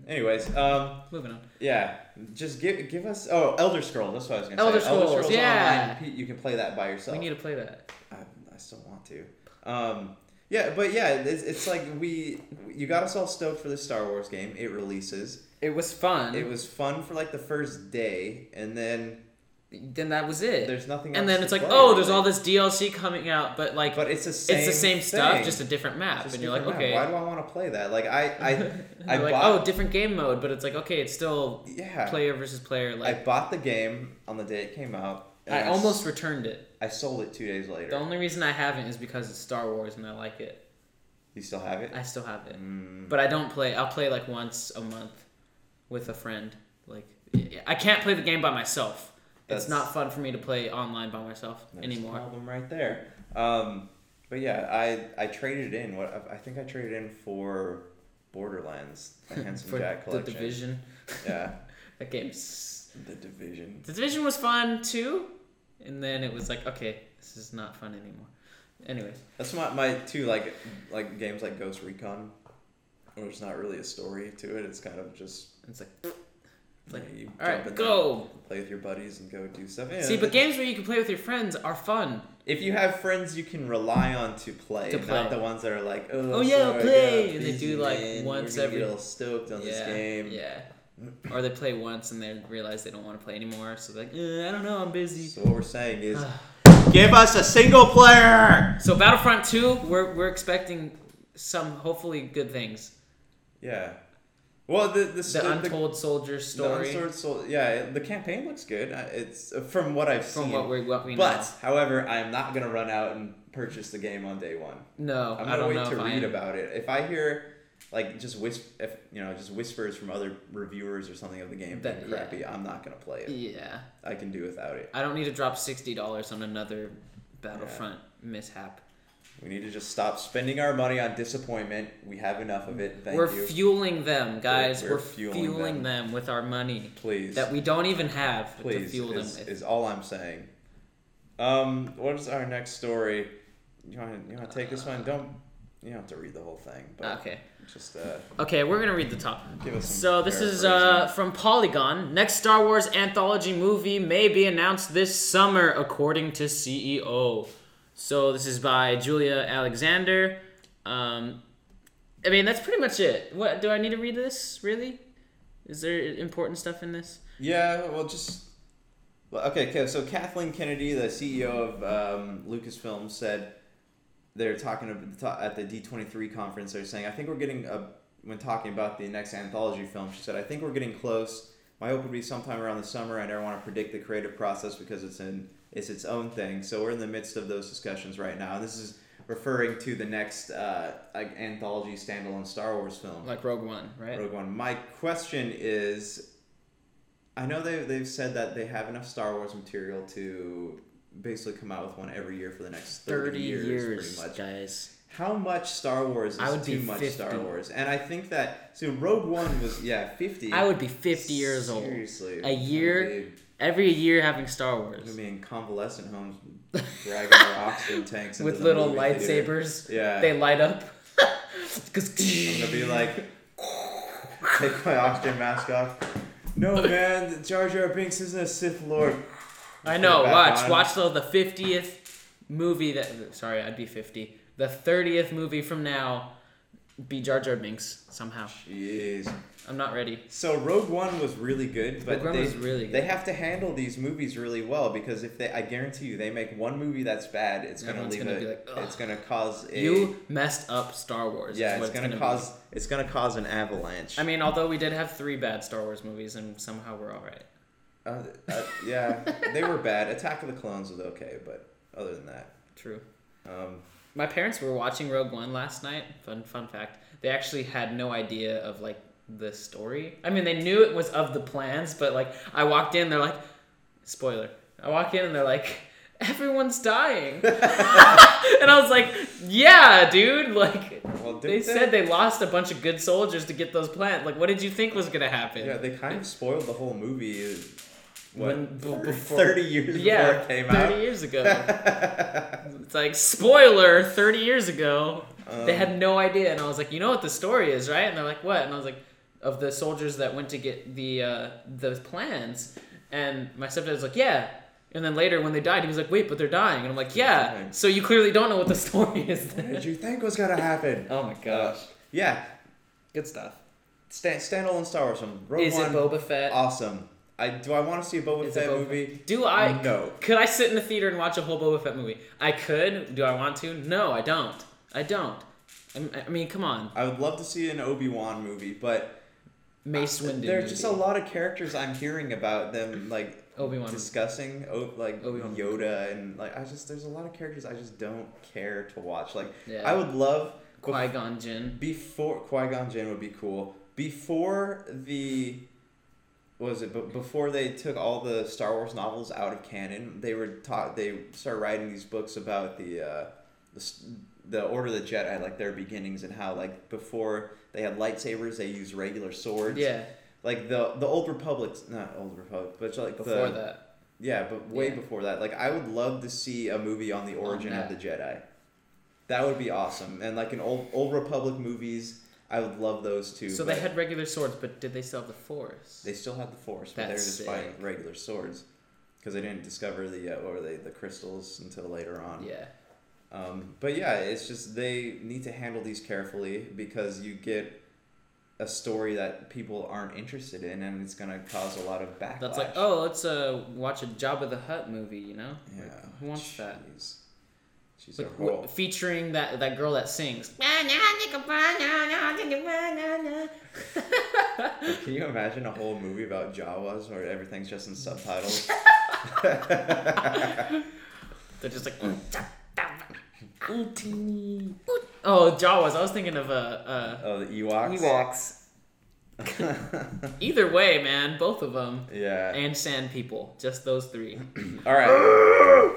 [SPEAKER 1] Anyways, um,
[SPEAKER 2] Moving on.
[SPEAKER 1] yeah, just give give us oh Elder Scrolls. That's what I was gonna
[SPEAKER 2] Elder
[SPEAKER 1] say.
[SPEAKER 2] Scrolls, yeah.
[SPEAKER 1] Online, you can play that by yourself.
[SPEAKER 2] We need to play that.
[SPEAKER 1] I, I still want to. Um, yeah, but yeah, it's, it's like we you got us all stoked for the Star Wars game. It releases.
[SPEAKER 2] It was fun.
[SPEAKER 1] It was fun for like the first day, and then
[SPEAKER 2] then that was it.
[SPEAKER 1] there's nothing.
[SPEAKER 2] and
[SPEAKER 1] else
[SPEAKER 2] then
[SPEAKER 1] to
[SPEAKER 2] it's like,
[SPEAKER 1] play,
[SPEAKER 2] oh, there's
[SPEAKER 1] really.
[SPEAKER 2] all this DLC coming out, but like
[SPEAKER 1] But it's the same.
[SPEAKER 2] it's the same stuff,
[SPEAKER 1] thing.
[SPEAKER 2] just a different map.
[SPEAKER 1] Just
[SPEAKER 2] and you're like,
[SPEAKER 1] different
[SPEAKER 2] okay.
[SPEAKER 1] map. Why do I want to play that? Like I I I
[SPEAKER 2] You're like,
[SPEAKER 1] bought
[SPEAKER 2] oh, different game mode, but it's like, okay, it's still
[SPEAKER 1] yeah.
[SPEAKER 2] player versus player.
[SPEAKER 1] I
[SPEAKER 2] Like
[SPEAKER 1] bought the game on the day it came out. and
[SPEAKER 2] I,
[SPEAKER 1] s-
[SPEAKER 2] almost returned it.
[SPEAKER 1] I sold it two days later.
[SPEAKER 2] The only reason I haven't is because it's Star Wars and I like it.
[SPEAKER 1] You still have it?
[SPEAKER 2] I still have it.
[SPEAKER 1] Mm.
[SPEAKER 2] But I don't play. I'll play like once a month with a friend. Like I can't play the game by myself.
[SPEAKER 1] That's-
[SPEAKER 2] it's not fun for me to play online by myself
[SPEAKER 1] There's
[SPEAKER 2] anymore.
[SPEAKER 1] An album right there. Um, but yeah, I I traded in what I think I traded in for Borderlands, the Handsome
[SPEAKER 2] For
[SPEAKER 1] Jack
[SPEAKER 2] the
[SPEAKER 1] collection.
[SPEAKER 2] division,
[SPEAKER 1] Yeah,
[SPEAKER 2] that game's
[SPEAKER 1] the division.
[SPEAKER 2] The division was fun too, and then it was like, okay, this is not fun anymore. Anyways,
[SPEAKER 1] That's my my two like like games like Ghost Recon, where there's not really a story to it. It's kind of just
[SPEAKER 2] it's like, all It's like,
[SPEAKER 1] you know, you
[SPEAKER 2] right,
[SPEAKER 1] jump in
[SPEAKER 2] go.
[SPEAKER 1] there, play with your buddies and go do stuff. Yeah,
[SPEAKER 2] See, but
[SPEAKER 1] that's-
[SPEAKER 2] games where you can play with your friends are fun.
[SPEAKER 1] If you have friends you can rely on to play,
[SPEAKER 2] To
[SPEAKER 1] not
[SPEAKER 2] play.
[SPEAKER 1] the ones that are like, oh,
[SPEAKER 2] Oh, yeah,
[SPEAKER 1] sorry, I
[SPEAKER 2] play,"
[SPEAKER 1] got
[SPEAKER 2] and they
[SPEAKER 1] busy,
[SPEAKER 2] do, like,
[SPEAKER 1] man.
[SPEAKER 2] once
[SPEAKER 1] We're gonna
[SPEAKER 2] every-
[SPEAKER 1] get all stoked on this
[SPEAKER 2] yeah,
[SPEAKER 1] game.
[SPEAKER 2] yeah. or they play once and they realize they don't want to play anymore, so they're like, eh, I don't know, I'm busy.
[SPEAKER 1] So what we're saying is, give us a single player.
[SPEAKER 2] So Battlefront Two, we're we're expecting some hopefully good things.
[SPEAKER 1] Yeah. Well, the the,
[SPEAKER 2] The untold soldier story,
[SPEAKER 1] unsort sol- yeah, it- the campaign looks good. Uh, It's uh, from what I've
[SPEAKER 2] from
[SPEAKER 1] seen.
[SPEAKER 2] what we what we
[SPEAKER 1] but
[SPEAKER 2] know.
[SPEAKER 1] however, I am not gonna run out and purchase the game on day one.
[SPEAKER 2] No,
[SPEAKER 1] I'm
[SPEAKER 2] I
[SPEAKER 1] gonna
[SPEAKER 2] don't
[SPEAKER 1] wait
[SPEAKER 2] know
[SPEAKER 1] to
[SPEAKER 2] if I
[SPEAKER 1] read
[SPEAKER 2] am.
[SPEAKER 1] about it. If I hear like just whisp, if you know, just whispers from other reviewers or something of the game
[SPEAKER 2] That-
[SPEAKER 1] being crappy, I'm not gonna play it.
[SPEAKER 2] Yeah,
[SPEAKER 1] I can do without it.
[SPEAKER 2] I don't need to drop sixty dollars on another Battlefront mishap.
[SPEAKER 1] We need to just stop spending our money on disappointment. We have enough of it. Thank
[SPEAKER 2] Mm. we're
[SPEAKER 1] you.
[SPEAKER 2] fueling them, guys. We're,
[SPEAKER 1] We're- we're
[SPEAKER 2] fueling,
[SPEAKER 1] fueling
[SPEAKER 2] them. with our money
[SPEAKER 1] Please.
[SPEAKER 2] that we don't even have to
[SPEAKER 1] please
[SPEAKER 2] fuel
[SPEAKER 1] is,
[SPEAKER 2] them with.
[SPEAKER 1] is all I'm saying. Um, what is our next story? You want to you want to take this one? Don't you don't have to read the whole thing, but
[SPEAKER 2] Okay.
[SPEAKER 1] just uh,
[SPEAKER 2] Okay, we're gonna read the top.
[SPEAKER 1] give us. Some
[SPEAKER 2] So this is uh, from Polygon. Next Star Wars anthology movie may be announced this summer, according to CEO. So this is by Julia Alexander. Um, I mean that's pretty much it. What do I need to read this? Really? Is there important stuff in this?
[SPEAKER 1] Yeah, well, just well, okay. okay, So Kathleen Kennedy, the CEO of um, Lucasfilm, said they're talking ab- ta- at the D twenty three conference. They're saying, I think we're getting a, when talking about the next anthology film. She said, I think we're getting close. My hope would be sometime around the summer. I never want to predict the creative process because it's in it's its own thing. So we're in the midst of those discussions right now. This is referring to the next uh, like anthology standalone Star Wars film.
[SPEAKER 2] Like Rogue One, right?
[SPEAKER 1] Rogue One. My question is, I know they they've said that they have enough Star Wars material to basically come out with one every year for the next thirty,
[SPEAKER 2] Thirty
[SPEAKER 1] years,
[SPEAKER 2] years,
[SPEAKER 1] pretty much.
[SPEAKER 2] guys.
[SPEAKER 1] How much Star Wars is
[SPEAKER 2] I would be
[SPEAKER 1] too much
[SPEAKER 2] 50.
[SPEAKER 1] Star Wars? And I think that so Rogue One was yeah fifty.
[SPEAKER 2] I would be fifty years old.
[SPEAKER 1] Seriously,
[SPEAKER 2] A year, every year having Star
[SPEAKER 1] I
[SPEAKER 2] Wars
[SPEAKER 1] mean, convalescent homes, dragging their oxygen tanks into
[SPEAKER 2] with
[SPEAKER 1] the
[SPEAKER 2] little
[SPEAKER 1] movie theater.
[SPEAKER 2] lightsabers.
[SPEAKER 1] Yeah,
[SPEAKER 2] They light up. 'Cause-
[SPEAKER 1] I'm gonna be like, take my oxygen mask off. No man, Jar Jar Binks isn't a Sith Lord.
[SPEAKER 2] I know.
[SPEAKER 1] back
[SPEAKER 2] Watch,
[SPEAKER 1] on.
[SPEAKER 2] watch though the fiftieth movie that. Sorry, I'd be fifty. The thirtieth movie from now, be Jar Jar Binks somehow.
[SPEAKER 1] Jeez.
[SPEAKER 2] I'm not ready.
[SPEAKER 1] So Rogue One was really good, but
[SPEAKER 2] Rogue One
[SPEAKER 1] they,
[SPEAKER 2] was really good.
[SPEAKER 1] they have to handle these movies really well because if they, I guarantee you, they make one movie that's bad, it's gonna
[SPEAKER 2] Everyone's
[SPEAKER 1] leave
[SPEAKER 2] gonna
[SPEAKER 1] a,
[SPEAKER 2] be like, "Ugh."
[SPEAKER 1] it's gonna cause a,
[SPEAKER 2] You messed up Star Wars. is
[SPEAKER 1] yeah,
[SPEAKER 2] what
[SPEAKER 1] it's gonna,
[SPEAKER 2] be.
[SPEAKER 1] cause, it's gonna cause an avalanche.
[SPEAKER 2] I mean, although we did have three bad Star Wars movies, and somehow we're all right.
[SPEAKER 1] uh, uh, yeah, they were bad. Attack of the Clones was okay, but other than that,
[SPEAKER 2] True.
[SPEAKER 1] um,
[SPEAKER 2] My parents were watching Rogue One last night. Fun fun fact. They actually had no idea of like the story. I mean, they knew it was of the plans, but like I walked in, they're like, spoiler. I walk in and they're like, everyone's dying, and I was like, yeah, dude. Like
[SPEAKER 1] well, didn't
[SPEAKER 2] they said they lost a bunch of good soldiers to get those plans. Like, what did you think was gonna happen?
[SPEAKER 1] Yeah, they kind of spoiled the whole movie. uh, What,
[SPEAKER 2] When- b-
[SPEAKER 1] 30
[SPEAKER 2] before-
[SPEAKER 1] 30 years before
[SPEAKER 2] Yeah,
[SPEAKER 1] it came
[SPEAKER 2] 30
[SPEAKER 1] out.
[SPEAKER 2] years ago. it's like, spoiler, 30 years ago. they
[SPEAKER 1] Um.
[SPEAKER 2] had no idea. And I was like, you know what the story is, right? And they're like, what? And I was like, of the soldiers that went to get the uh, the plans. And my stepdad was like, yeah. And then later when they died, he was like, wait, but they're dying. And I'm like, yeah.
[SPEAKER 1] dying.
[SPEAKER 2] So you clearly don't know what the story is.
[SPEAKER 1] What did you think was gonna happen?
[SPEAKER 2] oh my gosh.
[SPEAKER 1] Uh, yeah,
[SPEAKER 2] Good stuff.
[SPEAKER 1] stand, standalone Star Wars film. Rogue
[SPEAKER 2] is
[SPEAKER 1] One,
[SPEAKER 2] it Boba Fett?
[SPEAKER 1] Awesome. I do. I want to see a Boba
[SPEAKER 2] Is it
[SPEAKER 1] Fett
[SPEAKER 2] Boba
[SPEAKER 1] movie.
[SPEAKER 2] Fett? Do I?
[SPEAKER 1] No.
[SPEAKER 2] Could I sit in the theater and watch a whole Boba Fett movie? I could. Do I want to? No, I don't. I don't. I'm- I mean, come on,
[SPEAKER 1] I would love to see an Obi Wan movie, but
[SPEAKER 2] Mace Windu.
[SPEAKER 1] there's Uh, just a lot of characters I'm hearing about them like
[SPEAKER 2] Obi-Wan.
[SPEAKER 1] discussing, o- like
[SPEAKER 2] Obi-Wan.
[SPEAKER 1] Yoda, and like I just there's a lot of characters I just don't care to watch. Like
[SPEAKER 2] Yeah.
[SPEAKER 1] I would love bef-
[SPEAKER 2] Qui Gon Jinn.
[SPEAKER 1] before Qui Gon Jinn would be cool. Before the what was it? But before they took all the Star Wars novels out of canon, they were taught. They started writing these books about the uh, the, s- the Order of the Jedi, like their beginnings and how like before they had lightsabers, they used regular swords.
[SPEAKER 2] Yeah,
[SPEAKER 1] Like the the Old Republic, not Old Republic, but like
[SPEAKER 2] before
[SPEAKER 1] the,
[SPEAKER 2] that.
[SPEAKER 1] yeah, but way
[SPEAKER 2] Yeah. Oh,
[SPEAKER 1] before that, like I would love to see a movie on the origin of the
[SPEAKER 2] that.
[SPEAKER 1] Jedi. That would be awesome, and like an old old Republic movies, I would love those too.
[SPEAKER 2] So they
[SPEAKER 1] but
[SPEAKER 2] had regular swords, but did they still have the Force?
[SPEAKER 1] they still had the Force, but they're
[SPEAKER 2] That's
[SPEAKER 1] just
[SPEAKER 2] sick.
[SPEAKER 1] fighting with regular swords because they didn't discover the uh, what were they the crystals until later on.
[SPEAKER 2] yeah.
[SPEAKER 1] Um, but yeah, it's just they need to handle these carefully because you get a story that people aren't interested in, and it's gonna cause a lot of backlash.
[SPEAKER 2] That's like, oh, let's uh, watch a Jabba the Hutt movie. You know?
[SPEAKER 1] yeah,
[SPEAKER 2] Like, who wants that?
[SPEAKER 1] Jeez. She's
[SPEAKER 2] Like,
[SPEAKER 1] a
[SPEAKER 2] w-
[SPEAKER 1] whole.
[SPEAKER 2] featuring that that girl that sings.
[SPEAKER 1] Can you imagine a whole movie about Jawas where everything's just in subtitles?
[SPEAKER 2] They're just like.
[SPEAKER 1] Mm.
[SPEAKER 2] Oh, Jawas. I was thinking of a.
[SPEAKER 1] Oh, the
[SPEAKER 2] Uh,
[SPEAKER 1] Ewoks.
[SPEAKER 2] Ewoks. Either way, man, both of them.
[SPEAKER 1] yeah.
[SPEAKER 2] And sand people, just those three.
[SPEAKER 1] All right.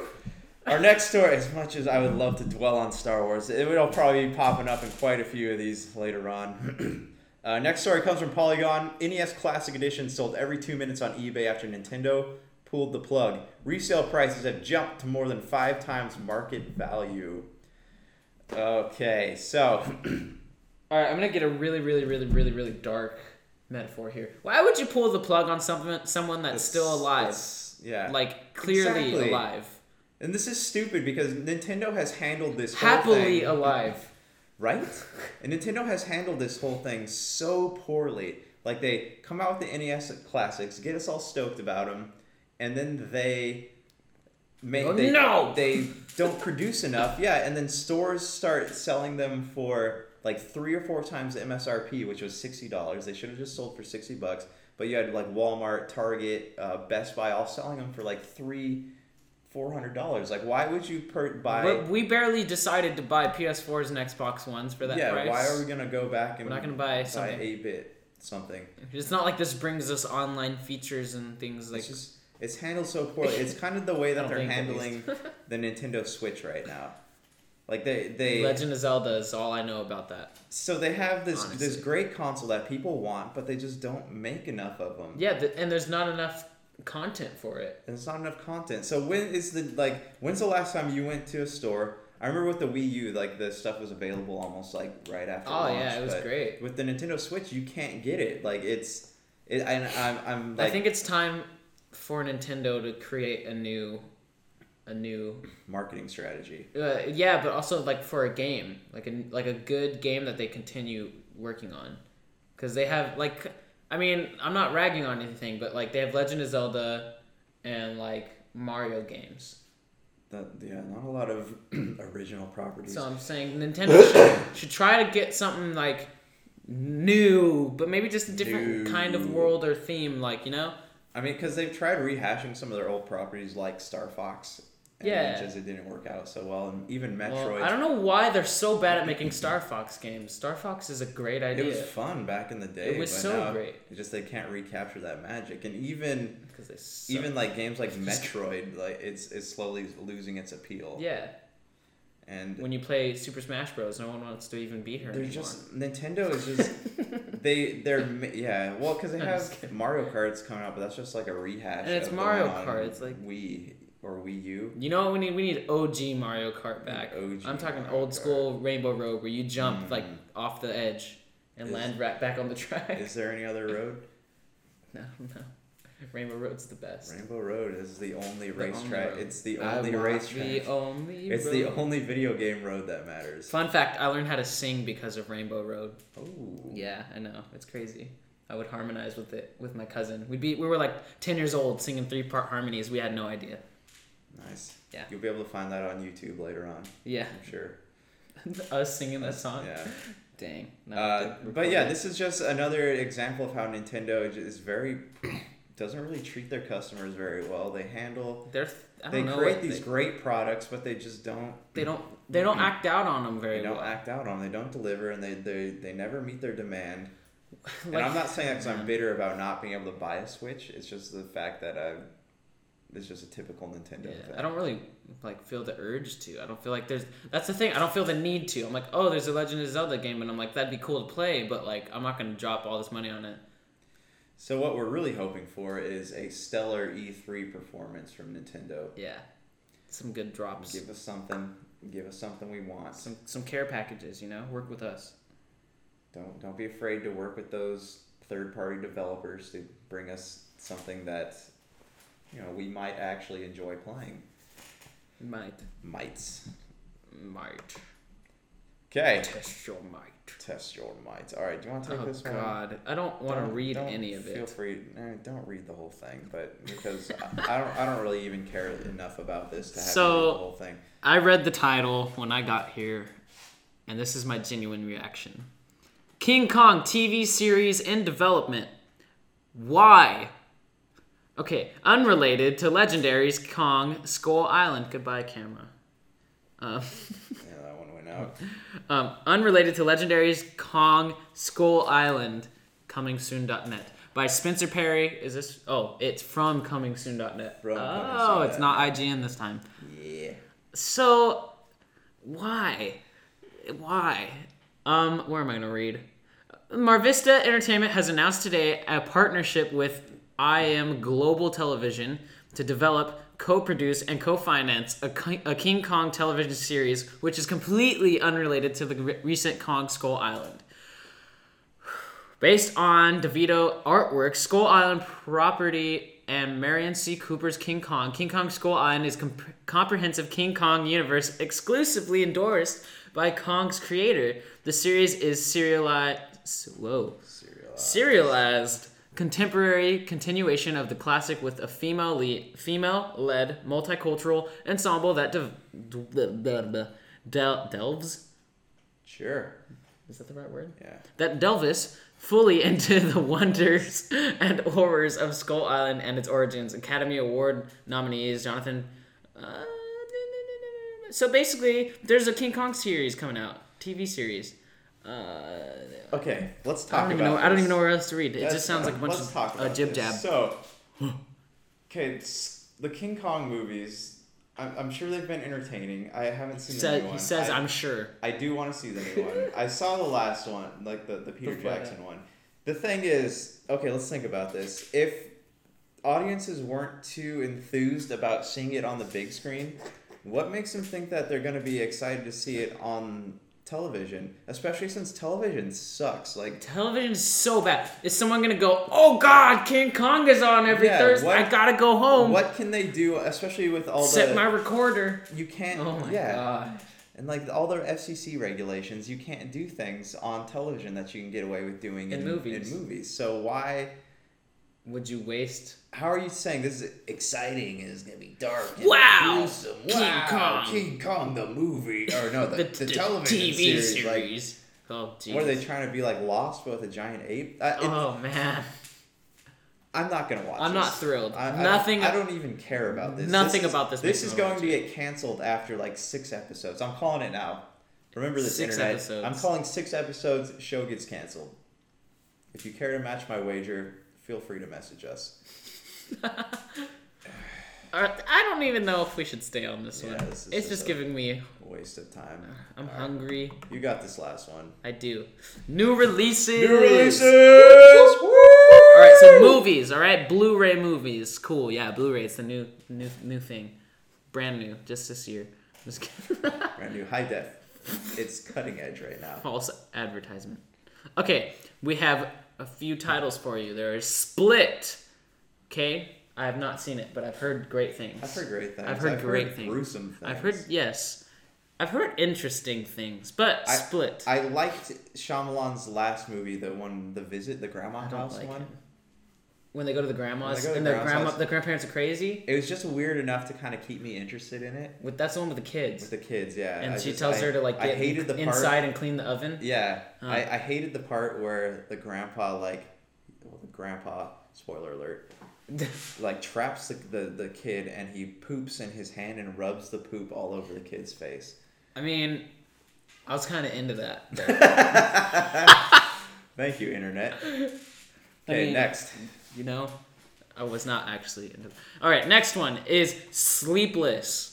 [SPEAKER 1] Our next story, as much as I would love to dwell on Star Wars, it will probably be popping up in quite a few of these later on. uh, next story comes from Polygon. NES Classic Edition sold every two minutes on eBay after Nintendo pulled the plug. Resale prices have jumped to more than five times market value. Okay, so
[SPEAKER 2] All right, I'm gonna get a really, really, really, really, really dark metaphor here. Why would you pull the plug on someone someone that's still alive,
[SPEAKER 1] It's- yeah,
[SPEAKER 2] like clearly
[SPEAKER 1] Exactly.
[SPEAKER 2] alive,
[SPEAKER 1] and this is stupid because Nintendo has handled this whole
[SPEAKER 2] happily
[SPEAKER 1] thing-
[SPEAKER 2] alive?
[SPEAKER 1] Right? And Nintendo has handled this whole thing so poorly. Like they come out with the NES classics, get us all stoked about them, and then they make
[SPEAKER 2] Oh,
[SPEAKER 1] they,
[SPEAKER 2] no!
[SPEAKER 1] they don't produce enough. Yeah, and then stores start selling them for like three or four times the MSRP, which was sixty dollars. They should have just sold for sixty bucks. But you had like Walmart, Target, uh, Best Buy, all selling them for like three, four hundred dollars. Like, why would you per- buy?
[SPEAKER 2] But we barely decided to buy PS4s and Xbox Ones for that
[SPEAKER 1] yeah,
[SPEAKER 2] price.
[SPEAKER 1] why are we gonna go back and
[SPEAKER 2] We're not gonna buy
[SPEAKER 1] buy
[SPEAKER 2] something.
[SPEAKER 1] eight bit something?
[SPEAKER 2] It's not like this brings us online features and things like.
[SPEAKER 1] It's just it's handled so poorly. It's kind of the way
[SPEAKER 2] I
[SPEAKER 1] that
[SPEAKER 2] don't
[SPEAKER 1] they're
[SPEAKER 2] think at
[SPEAKER 1] handling
[SPEAKER 2] least.
[SPEAKER 1] the Nintendo Switch right now. Like they they
[SPEAKER 2] Legend of Zelda is all I know about that.
[SPEAKER 1] so they have this this
[SPEAKER 2] Honestly.
[SPEAKER 1] great console that people want, but they just don't make enough of them.
[SPEAKER 2] Yeah, th- and there's not enough content for it.
[SPEAKER 1] And it's not enough content. So when is the like when's the last time you went to a store? I remember with the Wii U, like the stuff was available almost like right after.
[SPEAKER 2] Oh,
[SPEAKER 1] launch,
[SPEAKER 2] yeah, it was
[SPEAKER 1] but
[SPEAKER 2] great.
[SPEAKER 1] With the Nintendo Switch, you can't get it. Like it's, it, and I'm, I'm like
[SPEAKER 2] I think it's time for Nintendo to create a new, a new.
[SPEAKER 1] marketing strategy.
[SPEAKER 2] Uh, yeah, but also like for a game, like a like a good game that they continue working on, because they have like, I mean, I'm not ragging on anything, but like they have Legend of Zelda, and like Mario games.
[SPEAKER 1] That, yeah, uh, not a lot of original properties.
[SPEAKER 2] So I'm saying Nintendo should, should try to get something like new, but maybe just a different
[SPEAKER 1] New.
[SPEAKER 2] kind of world or theme, like you know.
[SPEAKER 1] I mean, because they've tried rehashing some of their old properties, like Star Fox. And
[SPEAKER 2] Yeah.
[SPEAKER 1] It just it didn't work out so well, and even Metroid.
[SPEAKER 2] Well, I don't know why they're so bad at making Star Fox games. Star Fox is a great
[SPEAKER 1] it
[SPEAKER 2] idea.
[SPEAKER 1] was fun back in the day.
[SPEAKER 2] It was
[SPEAKER 1] but
[SPEAKER 2] so
[SPEAKER 1] now
[SPEAKER 2] great.
[SPEAKER 1] It's just they can't recapture that magic, and even
[SPEAKER 2] 'Cause they suck.
[SPEAKER 1] even like games like Metroid, like it's it's slowly losing its appeal.
[SPEAKER 2] yeah,
[SPEAKER 1] And
[SPEAKER 2] when you play Super Smash Bros, no one wants to even be here
[SPEAKER 1] They're
[SPEAKER 2] anymore.
[SPEAKER 1] just Nintendo is just they they're ma- yeah well because they
[SPEAKER 2] I'm just
[SPEAKER 1] have Mario Kart's coming out but that's just like a rehash
[SPEAKER 2] And it's
[SPEAKER 1] of the
[SPEAKER 2] Mario
[SPEAKER 1] one on
[SPEAKER 2] Kart, it's like-
[SPEAKER 1] Wii or Wii U
[SPEAKER 2] You know what we need? We need OG Mario Kart back.
[SPEAKER 1] OG
[SPEAKER 2] I'm talking
[SPEAKER 1] Mario
[SPEAKER 2] old
[SPEAKER 1] Kart.
[SPEAKER 2] school Rainbow Road where you jump like
[SPEAKER 1] Mhm.
[SPEAKER 2] off the edge and
[SPEAKER 1] Is-
[SPEAKER 2] land right back on the track.
[SPEAKER 1] is there any other road
[SPEAKER 2] no, no. Rainbow Road's the best.
[SPEAKER 1] Rainbow Road is the only
[SPEAKER 2] The only
[SPEAKER 1] racetrack
[SPEAKER 2] road.
[SPEAKER 1] it's the
[SPEAKER 2] I
[SPEAKER 1] only
[SPEAKER 2] want
[SPEAKER 1] racetrack
[SPEAKER 2] The only
[SPEAKER 1] it's the
[SPEAKER 2] road.
[SPEAKER 1] only video game road that matters
[SPEAKER 2] Fun fact: I learned how to sing because of Rainbow Road.
[SPEAKER 1] oh
[SPEAKER 2] Yeah, I know it's crazy. I would harmonize with it with my cousin. We'd be we were like ten years old singing three part harmonies. We had no idea.
[SPEAKER 1] nice
[SPEAKER 2] Yeah.
[SPEAKER 1] you'll be able to find that on YouTube later on
[SPEAKER 2] Yeah,
[SPEAKER 1] I'm sure
[SPEAKER 2] us singing that song.
[SPEAKER 1] yeah.
[SPEAKER 2] Dang. No, I have
[SPEAKER 1] Uh,
[SPEAKER 2] to
[SPEAKER 1] but
[SPEAKER 2] record
[SPEAKER 1] yeah,
[SPEAKER 2] it.
[SPEAKER 1] this is just another example of how Nintendo j- is very doesn't really treat their customers very well. They handle
[SPEAKER 2] they're I
[SPEAKER 1] they
[SPEAKER 2] don't know
[SPEAKER 1] create
[SPEAKER 2] what
[SPEAKER 1] these
[SPEAKER 2] they,
[SPEAKER 1] great products, but they just don't
[SPEAKER 2] they don't they don't act out on them
[SPEAKER 1] they
[SPEAKER 2] very
[SPEAKER 1] don't
[SPEAKER 2] well.
[SPEAKER 1] act out on. 'em. They don't deliver, and they they, they never meet their demand. and
[SPEAKER 2] Like-
[SPEAKER 1] I'm not saying that because
[SPEAKER 2] Yeah.
[SPEAKER 1] I'm bitter about not being able to buy a Switch. It's just the fact that I it's just a typical Nintendo
[SPEAKER 2] Yeah,
[SPEAKER 1] thing.
[SPEAKER 2] I don't really like feel the urge to. I don't feel like there's that's the thing. I don't feel the need to. I'm like, oh, there's a Legend of Zelda game, and I'm like, that'd be cool to play, but like, I'm not gonna drop all this money on it.
[SPEAKER 1] So what we're really hoping for is a stellar E3 performance from Nintendo.
[SPEAKER 2] Yeah, some good drops,
[SPEAKER 1] Give us something. Give us something we want.
[SPEAKER 2] some some care packages. You know, work with us.
[SPEAKER 1] don't don't be afraid to work with those third party developers to bring us something that you know we might actually enjoy playing
[SPEAKER 2] Might
[SPEAKER 1] mites
[SPEAKER 2] might
[SPEAKER 1] okay
[SPEAKER 2] test your might.
[SPEAKER 1] test your mites all right do you want to take
[SPEAKER 2] Oh
[SPEAKER 1] this one
[SPEAKER 2] God, I don't want to
[SPEAKER 1] Don't-
[SPEAKER 2] read
[SPEAKER 1] don't
[SPEAKER 2] any of
[SPEAKER 1] Feel
[SPEAKER 2] it.
[SPEAKER 1] free. eh, don't read the whole thing, but because I, I don't, I don't really even care enough about this to have to
[SPEAKER 2] So-
[SPEAKER 1] read the whole thing.
[SPEAKER 2] I read the title when I got here, and this is my genuine reaction. King Kong TV series in development. Why? Okay, unrelated to Legendary's Kong Skull Island. Goodbye, camera.
[SPEAKER 1] Yeah,
[SPEAKER 2] Um,
[SPEAKER 1] that one went out.
[SPEAKER 2] um, unrelated to Legendary's Kong Skull Island, comingsoon.net. By Spencer Perry. Is this? Oh, it's from comingsoon.net.
[SPEAKER 1] From
[SPEAKER 2] oh, it's
[SPEAKER 1] comingsoon.net.
[SPEAKER 2] not IGN this time.
[SPEAKER 1] Yeah.
[SPEAKER 2] So, why? Why? Um, where am I going to read? Marvista Entertainment has announced today a partnership with IM Global Television to develop, co produce, and co finance a, Ki- a King Kong television series which is completely unrelated to the re- recent Kong Skull Island. Based on DeVito artwork, Skull Island property, and Marion C. Cooper's King Kong, King Kong Skull Island is comp- comprehensive King Kong universe exclusively endorsed by Kong's creator. The series is serialized. Whoa. Serialized contemporary continuation of the classic with a female lead, female-led multicultural ensemble that dev- d- blah, blah, blah, del- delves
[SPEAKER 1] Sure.
[SPEAKER 2] is that the right word
[SPEAKER 1] Yeah.
[SPEAKER 2] that delves fully into the wonders and horrors of Skull Island and its origins. Academy Award nominees Jonathan. Uh, so basically, there's a King Kong series coming out, TV series. Uh,
[SPEAKER 1] Okay, let's
[SPEAKER 2] I
[SPEAKER 1] talk
[SPEAKER 2] don't
[SPEAKER 1] about
[SPEAKER 2] even know. I don't
[SPEAKER 1] this.
[SPEAKER 2] even know where else to read. It
[SPEAKER 1] That's-
[SPEAKER 2] just sounds like a bunch
[SPEAKER 1] let's
[SPEAKER 2] of
[SPEAKER 1] talk
[SPEAKER 2] uh,
[SPEAKER 1] about
[SPEAKER 2] jib
[SPEAKER 1] this.
[SPEAKER 2] jab.
[SPEAKER 1] So, okay, s- the King Kong movies. I'm, I'm sure they've been entertaining. I haven't seen the
[SPEAKER 2] Said,
[SPEAKER 1] new one.
[SPEAKER 2] he says,
[SPEAKER 1] I,
[SPEAKER 2] "I'm sure."
[SPEAKER 1] I do want to see the new one. I saw the last one, like the, the Peter
[SPEAKER 2] The Fly-
[SPEAKER 1] Jackson one. The thing is, okay, let's think about this. If audiences weren't too enthused about seeing it on the big screen, what makes them think that they're going to be excited to see it on television? Especially since television sucks. Like,
[SPEAKER 2] Television is so bad. Is someone gonna go? Oh God, King Kong is on every
[SPEAKER 1] Yeah,
[SPEAKER 2] Thursday.
[SPEAKER 1] what-
[SPEAKER 2] I gotta go home.
[SPEAKER 1] what can they do, especially with all
[SPEAKER 2] Um, Set
[SPEAKER 1] the.
[SPEAKER 2] my recorder.
[SPEAKER 1] you can't.
[SPEAKER 2] Oh my
[SPEAKER 1] yeah.
[SPEAKER 2] God.
[SPEAKER 1] And like all their FCC regulations, you can't do things on television that you can get away with doing in,
[SPEAKER 2] In movies.
[SPEAKER 1] In movies. So why?
[SPEAKER 2] Would you waste?
[SPEAKER 1] How are you saying this is exciting? And it's gonna be dark. And
[SPEAKER 2] Wow!
[SPEAKER 1] Gruesome.
[SPEAKER 2] King
[SPEAKER 1] wow!
[SPEAKER 2] Kong.
[SPEAKER 1] King Kong the movie, or no, the,
[SPEAKER 2] the,
[SPEAKER 1] the,
[SPEAKER 2] the
[SPEAKER 1] television
[SPEAKER 2] TV
[SPEAKER 1] series.
[SPEAKER 2] series.
[SPEAKER 1] Like,
[SPEAKER 2] oh, geez.
[SPEAKER 1] what are they trying to be like? Lost but with a giant ape? I, it,
[SPEAKER 2] oh man,
[SPEAKER 1] I'm not gonna watch.
[SPEAKER 2] I'm
[SPEAKER 1] this.
[SPEAKER 2] not thrilled.
[SPEAKER 1] I, I-
[SPEAKER 2] Nothing-
[SPEAKER 1] I, don't even care about this.
[SPEAKER 2] Nothing
[SPEAKER 1] is-
[SPEAKER 2] about this
[SPEAKER 1] This is
[SPEAKER 2] makes me
[SPEAKER 1] going
[SPEAKER 2] watch
[SPEAKER 1] to get canceled after like six episodes. I'm calling it now. Remember this
[SPEAKER 2] Six
[SPEAKER 1] internet.
[SPEAKER 2] episodes.
[SPEAKER 1] I'm calling six episodes. Show gets canceled. If you care to match my wager, feel free to message us.
[SPEAKER 2] Uh, I don't even know if we should stay on this
[SPEAKER 1] Yeah,
[SPEAKER 2] one.
[SPEAKER 1] this is
[SPEAKER 2] it's
[SPEAKER 1] just
[SPEAKER 2] just
[SPEAKER 1] a-
[SPEAKER 2] giving me.
[SPEAKER 1] Waste of time.
[SPEAKER 2] I'm
[SPEAKER 1] All right.
[SPEAKER 2] hungry.
[SPEAKER 1] You got this last one.
[SPEAKER 2] I do. New releases.
[SPEAKER 1] New releases. All
[SPEAKER 2] All right, so movies. All right, Blu-ray movies. Cool. Yeah, Blu-ray. It's the new, new, new thing. Brand new, just this year. Just kidding.
[SPEAKER 1] Brand new high def. It's cutting edge right now.
[SPEAKER 2] false advertisement. Okay, we have a few titles for you. There is Split. Okay, I have not seen it, but I've heard great things.
[SPEAKER 1] I've heard great things.
[SPEAKER 2] I've heard great things.
[SPEAKER 1] Gruesome things.
[SPEAKER 2] I've heard yes, I've heard interesting things, but
[SPEAKER 1] I-
[SPEAKER 2] Split.
[SPEAKER 1] I liked Shyamalan's last movie, the one, The Visit, the Grandma
[SPEAKER 2] I don't
[SPEAKER 1] House
[SPEAKER 2] like
[SPEAKER 1] one.
[SPEAKER 2] it. When they go to the
[SPEAKER 1] When
[SPEAKER 2] grandma's
[SPEAKER 1] they go to
[SPEAKER 2] and
[SPEAKER 1] the
[SPEAKER 2] their
[SPEAKER 1] grandma's
[SPEAKER 2] grandma,
[SPEAKER 1] house.
[SPEAKER 2] the grandparents are crazy.
[SPEAKER 1] It was just weird enough to kind of keep me interested in it
[SPEAKER 2] With that's the one with the kids,
[SPEAKER 1] with the kids. Yeah,
[SPEAKER 2] and
[SPEAKER 1] I
[SPEAKER 2] she
[SPEAKER 1] just-
[SPEAKER 2] tells
[SPEAKER 1] I-
[SPEAKER 2] her to like
[SPEAKER 1] I
[SPEAKER 2] get
[SPEAKER 1] hated the
[SPEAKER 2] inside
[SPEAKER 1] Part,
[SPEAKER 2] and clean the oven.
[SPEAKER 1] yeah,
[SPEAKER 2] Huh.
[SPEAKER 1] I, I hated the part where the grandpa like, well, the grandpa spoiler alert, like traps the, the the kid and he poops in his hand and rubs the poop all over the kid's face.
[SPEAKER 2] I mean, I was kind of into that.
[SPEAKER 1] Thank you, internet.
[SPEAKER 2] I
[SPEAKER 1] Okay,
[SPEAKER 2] mean-
[SPEAKER 1] next.
[SPEAKER 2] You know, I was not actually into. All right, next one is Sleepless.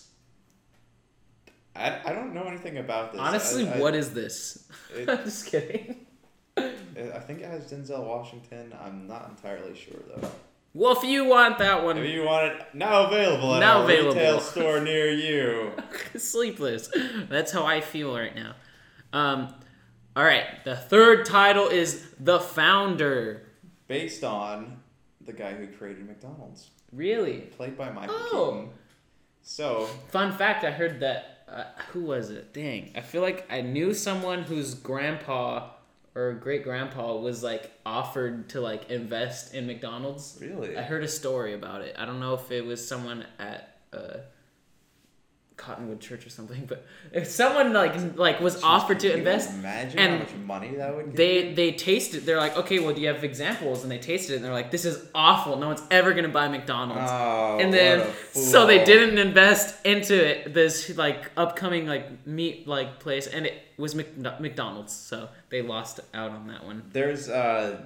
[SPEAKER 1] I, I don't know anything about this.
[SPEAKER 2] Honestly,
[SPEAKER 1] I, I,
[SPEAKER 2] what is this?
[SPEAKER 1] It-
[SPEAKER 2] I'm just kidding.
[SPEAKER 1] I think it has Denzel Washington. I'm not entirely sure though.
[SPEAKER 2] Well, if you want that one,
[SPEAKER 1] If you want it now available at
[SPEAKER 2] Now
[SPEAKER 1] a
[SPEAKER 2] available.
[SPEAKER 1] retail store near you.
[SPEAKER 2] Sleepless. That's how I feel right now. Um, all right, the third title is The Founder.
[SPEAKER 1] Based on the guy who created McDonald's,
[SPEAKER 2] Really?
[SPEAKER 1] played by Michael
[SPEAKER 2] Oh.
[SPEAKER 1] Keaton. So
[SPEAKER 2] Fun fact: I heard that. Uh, who was it? Dang, I feel like I knew someone whose grandpa or great grandpa was like offered to like invest in McDonald's.
[SPEAKER 1] really,
[SPEAKER 2] I heard a story about it. I don't know if it was someone at uh, Cottonwood Church or something, but if someone like like was offered to
[SPEAKER 1] Can you
[SPEAKER 2] invest,
[SPEAKER 1] Imagine how
[SPEAKER 2] and
[SPEAKER 1] much money that would. Get
[SPEAKER 2] they they tasted. They're like, okay, well, do you have examples? And they tasted it, and they're like, this is awful. No one's ever gonna buy McDonald's.
[SPEAKER 1] Oh,
[SPEAKER 2] and
[SPEAKER 1] what a
[SPEAKER 2] then
[SPEAKER 1] fool.
[SPEAKER 2] so they didn't invest into it, this like upcoming like meat like place, and it was Mc, McDonald's. So they lost out on that one.
[SPEAKER 1] There's uh,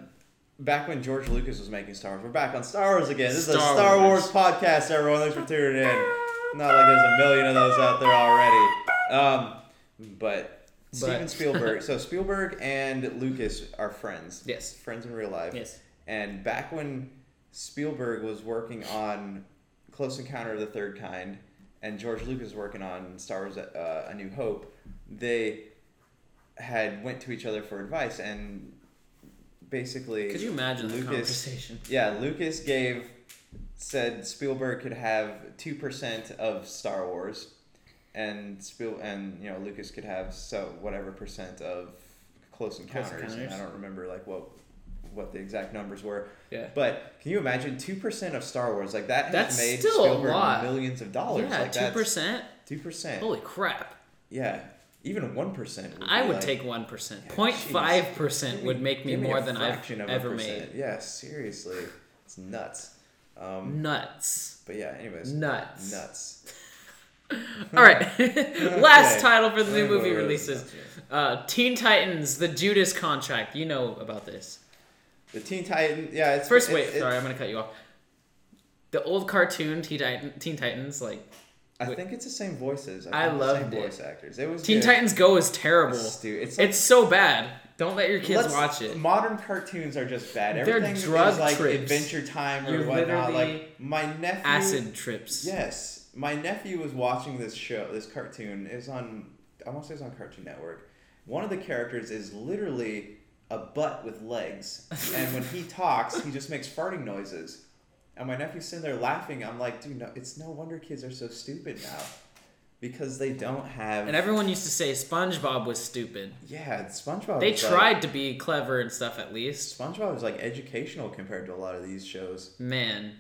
[SPEAKER 1] back when George Lucas was making Star Wars. We're back on Star Wars again. This is a
[SPEAKER 2] Star
[SPEAKER 1] Star Wars.
[SPEAKER 2] Wars.
[SPEAKER 1] podcast. Everyone, thanks for tuning in. Not like there's a million of those out there already. Um, but, Steven Spielberg. So Spielberg and Lucas are friends.
[SPEAKER 2] Yes.
[SPEAKER 1] Friends in real life.
[SPEAKER 2] Yes.
[SPEAKER 1] And back when Spielberg was working on Close Encounter of the Third Kind, and George Lucas was working on Star Wars: uh, A New Hope, they had went to each other for advice, and basically,
[SPEAKER 2] Could you imagine the conversation?
[SPEAKER 1] Yeah, Lucas gave said Spielberg could have two percent of Star Wars, and Spiel and you know Lucas could have so whatever percent of Close Encounters. And I
[SPEAKER 2] Encounters.
[SPEAKER 1] don't remember like what what the exact numbers were.
[SPEAKER 2] Yeah.
[SPEAKER 1] But can you imagine two percent of Star Wars like that has
[SPEAKER 2] That's
[SPEAKER 1] made
[SPEAKER 2] still a
[SPEAKER 1] Spielberg
[SPEAKER 2] lot.
[SPEAKER 1] millions of dollars?
[SPEAKER 2] Yeah,
[SPEAKER 1] like
[SPEAKER 2] two percent.
[SPEAKER 1] Two percent.
[SPEAKER 2] Holy crap!
[SPEAKER 1] Yeah, even one percent.
[SPEAKER 2] I would take one percent.
[SPEAKER 1] Yeah,
[SPEAKER 2] Point
[SPEAKER 1] jeez.
[SPEAKER 2] five percent would make me more than I've
[SPEAKER 1] fraction of a
[SPEAKER 2] ever made.
[SPEAKER 1] percent. Yeah, seriously, it's nuts. Um,
[SPEAKER 2] Nuts.
[SPEAKER 1] but yeah, anyways,
[SPEAKER 2] Nuts.
[SPEAKER 1] nuts.
[SPEAKER 2] All right. Last
[SPEAKER 1] Okay.
[SPEAKER 2] title for the new
[SPEAKER 1] Uh,
[SPEAKER 2] movie
[SPEAKER 1] uh,
[SPEAKER 2] releases. Uh, Teen Titans: The Judas Contract. You know about this.
[SPEAKER 1] The Teen Titan. Yeah, it's
[SPEAKER 2] First,
[SPEAKER 1] it-
[SPEAKER 2] wait.
[SPEAKER 1] it-
[SPEAKER 2] sorry, I'm gonna cut you off. The old cartoon Teen, Titan, Teen Titans, like
[SPEAKER 1] I
[SPEAKER 2] wait.
[SPEAKER 1] think it's the same voices.
[SPEAKER 2] I
[SPEAKER 1] think it's the same
[SPEAKER 2] loved it.
[SPEAKER 1] voice actors. It was
[SPEAKER 2] Teen
[SPEAKER 1] good.
[SPEAKER 2] Titans Go is terrible.
[SPEAKER 1] It's stu- it's like-
[SPEAKER 2] It's so bad. Don't let your kids
[SPEAKER 1] Let's-
[SPEAKER 2] watch it.
[SPEAKER 1] Modern cartoons are just bad.
[SPEAKER 2] They're
[SPEAKER 1] Everything
[SPEAKER 2] drug
[SPEAKER 1] is like
[SPEAKER 2] trips.
[SPEAKER 1] Adventure Time or
[SPEAKER 2] You're
[SPEAKER 1] whatnot.
[SPEAKER 2] literally
[SPEAKER 1] Like my nephew.
[SPEAKER 2] Acid trips.
[SPEAKER 1] Yes, my nephew was watching this show, this cartoon. It's on. I want to say it's on Cartoon Network. One of the characters is literally a butt with legs, and when he talks, he just makes farting noises. And my nephew's sitting there laughing. I'm like, dude, no, it's no wonder kids are so stupid now, because they don't have.
[SPEAKER 2] And everyone used to say SpongeBob was stupid.
[SPEAKER 1] yeah, SpongeBob.
[SPEAKER 2] They
[SPEAKER 1] was like-
[SPEAKER 2] tried to be clever and stuff at least.
[SPEAKER 1] SpongeBob is like educational compared to a lot of these shows.
[SPEAKER 2] Man,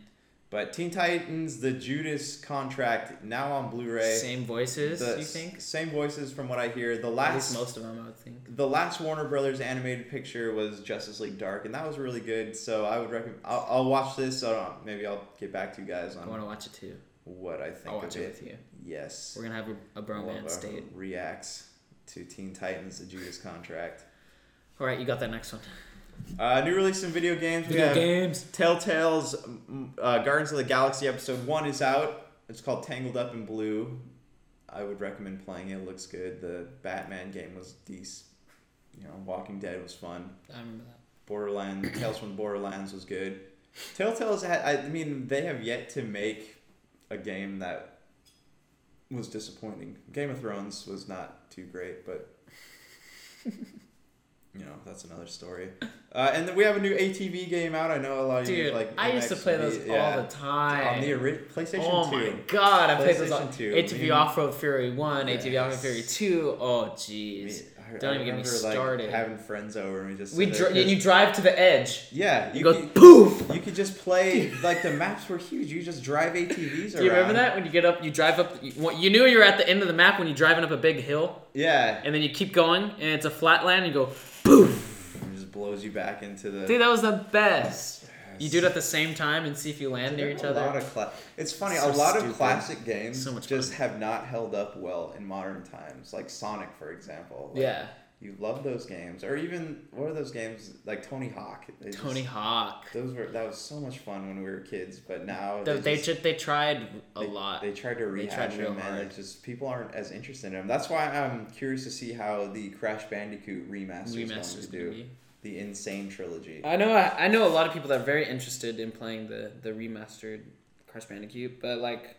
[SPEAKER 1] But Teen Titans, the Judas contract, now on Blu-ray.
[SPEAKER 2] same voices,
[SPEAKER 1] The
[SPEAKER 2] you
[SPEAKER 1] s-
[SPEAKER 2] think?
[SPEAKER 1] Same voices from what I hear. The
[SPEAKER 2] At least
[SPEAKER 1] last
[SPEAKER 2] most of them, I would think.
[SPEAKER 1] the last Warner Brothers animated picture was Justice League Dark, and that was really good. So I would recommend. I'll, I'll watch this. So uh, maybe I'll get back to you guys
[SPEAKER 2] I
[SPEAKER 1] on
[SPEAKER 2] want to watch it too.
[SPEAKER 1] what I think
[SPEAKER 2] I'll watch
[SPEAKER 1] of
[SPEAKER 2] it
[SPEAKER 1] it.
[SPEAKER 2] with you.
[SPEAKER 1] Yes,
[SPEAKER 2] We're gonna have a, a bromance
[SPEAKER 1] Lova
[SPEAKER 2] date.
[SPEAKER 1] reacts to Teen Titans: The Judas Contract.
[SPEAKER 2] All right, you got that next one.
[SPEAKER 1] Uh, new release in video games. we have
[SPEAKER 2] games.
[SPEAKER 1] Telltale's mm, uh, Guardians of the Galaxy episode one is out. It's called Tangled Up in Blue. I would recommend playing it. It looks good. The Batman game was decent. You know, Walking Dead was fun.
[SPEAKER 2] I remember that.
[SPEAKER 1] Borderlands, Tales from Borderlands was good. Telltale's, had, I mean, they have yet to make a game that was disappointing. Game of Thrones was not too great, but you know that's another story. Uh, and then we have a new ATV game out. I know a lot of you
[SPEAKER 2] Dude,
[SPEAKER 1] like.
[SPEAKER 2] I used to play those
[SPEAKER 1] MXV, yeah.
[SPEAKER 2] all the time.
[SPEAKER 1] on the ori- PlayStation
[SPEAKER 2] Oh
[SPEAKER 1] Two.
[SPEAKER 2] my god, I played those on
[SPEAKER 1] PlayStation 2,
[SPEAKER 2] ATV
[SPEAKER 1] me-
[SPEAKER 2] Off Road Fury 1, ATV Off Road
[SPEAKER 1] Yes.
[SPEAKER 2] Fury 2. Oh,
[SPEAKER 1] I mean,
[SPEAKER 2] jeez.
[SPEAKER 1] I-
[SPEAKER 2] Don't
[SPEAKER 1] I
[SPEAKER 2] even get me
[SPEAKER 1] remember,
[SPEAKER 2] started.
[SPEAKER 1] Like, having friends over and we just
[SPEAKER 2] We
[SPEAKER 1] sit
[SPEAKER 2] dr-
[SPEAKER 1] there
[SPEAKER 2] and you drive to the edge.
[SPEAKER 1] Yeah,
[SPEAKER 2] You,
[SPEAKER 1] you
[SPEAKER 2] go
[SPEAKER 1] could-
[SPEAKER 2] poof.
[SPEAKER 1] You could just play like the maps were huge. You just drive ATVs around.
[SPEAKER 2] Do you remember that when you get up, you drive up? You, what- you knew you were at the end of the map when you're driving up a big hill,
[SPEAKER 1] Yeah,
[SPEAKER 2] and then you keep going, and it's a flat land, and you go poof.
[SPEAKER 1] it just blows you back into the.
[SPEAKER 2] Dude, that was the best. You do it at the same time and see if you land near
[SPEAKER 1] There are
[SPEAKER 2] each
[SPEAKER 1] a lot
[SPEAKER 2] other.
[SPEAKER 1] of cla- it's funny. a
[SPEAKER 2] So
[SPEAKER 1] lot
[SPEAKER 2] stupid.
[SPEAKER 1] of classic games
[SPEAKER 2] So much
[SPEAKER 1] just have not held up well in modern times. Like Sonic, for example. Like,
[SPEAKER 2] Yeah,
[SPEAKER 1] You love those games, or even what are those games like Tony Hawk? They just-
[SPEAKER 2] Tony Hawk.
[SPEAKER 1] Those were that was so much fun when we were kids, but now
[SPEAKER 2] They, they,
[SPEAKER 1] just-
[SPEAKER 2] ju- they tried a
[SPEAKER 1] they-
[SPEAKER 2] lot.
[SPEAKER 1] They tried to
[SPEAKER 2] They
[SPEAKER 1] rehash
[SPEAKER 2] tried real
[SPEAKER 1] them, and
[SPEAKER 2] hard.
[SPEAKER 1] it's just people aren't as interested in them. That's why I'm curious to see how the Crash Bandicoot remaster is going
[SPEAKER 2] remasters
[SPEAKER 1] to
[SPEAKER 2] gonna
[SPEAKER 1] do.
[SPEAKER 2] be. Uh,
[SPEAKER 1] The insane trilogy.
[SPEAKER 2] I know I know a lot of people that are very interested in playing the the remastered Crash Bandicoot, but like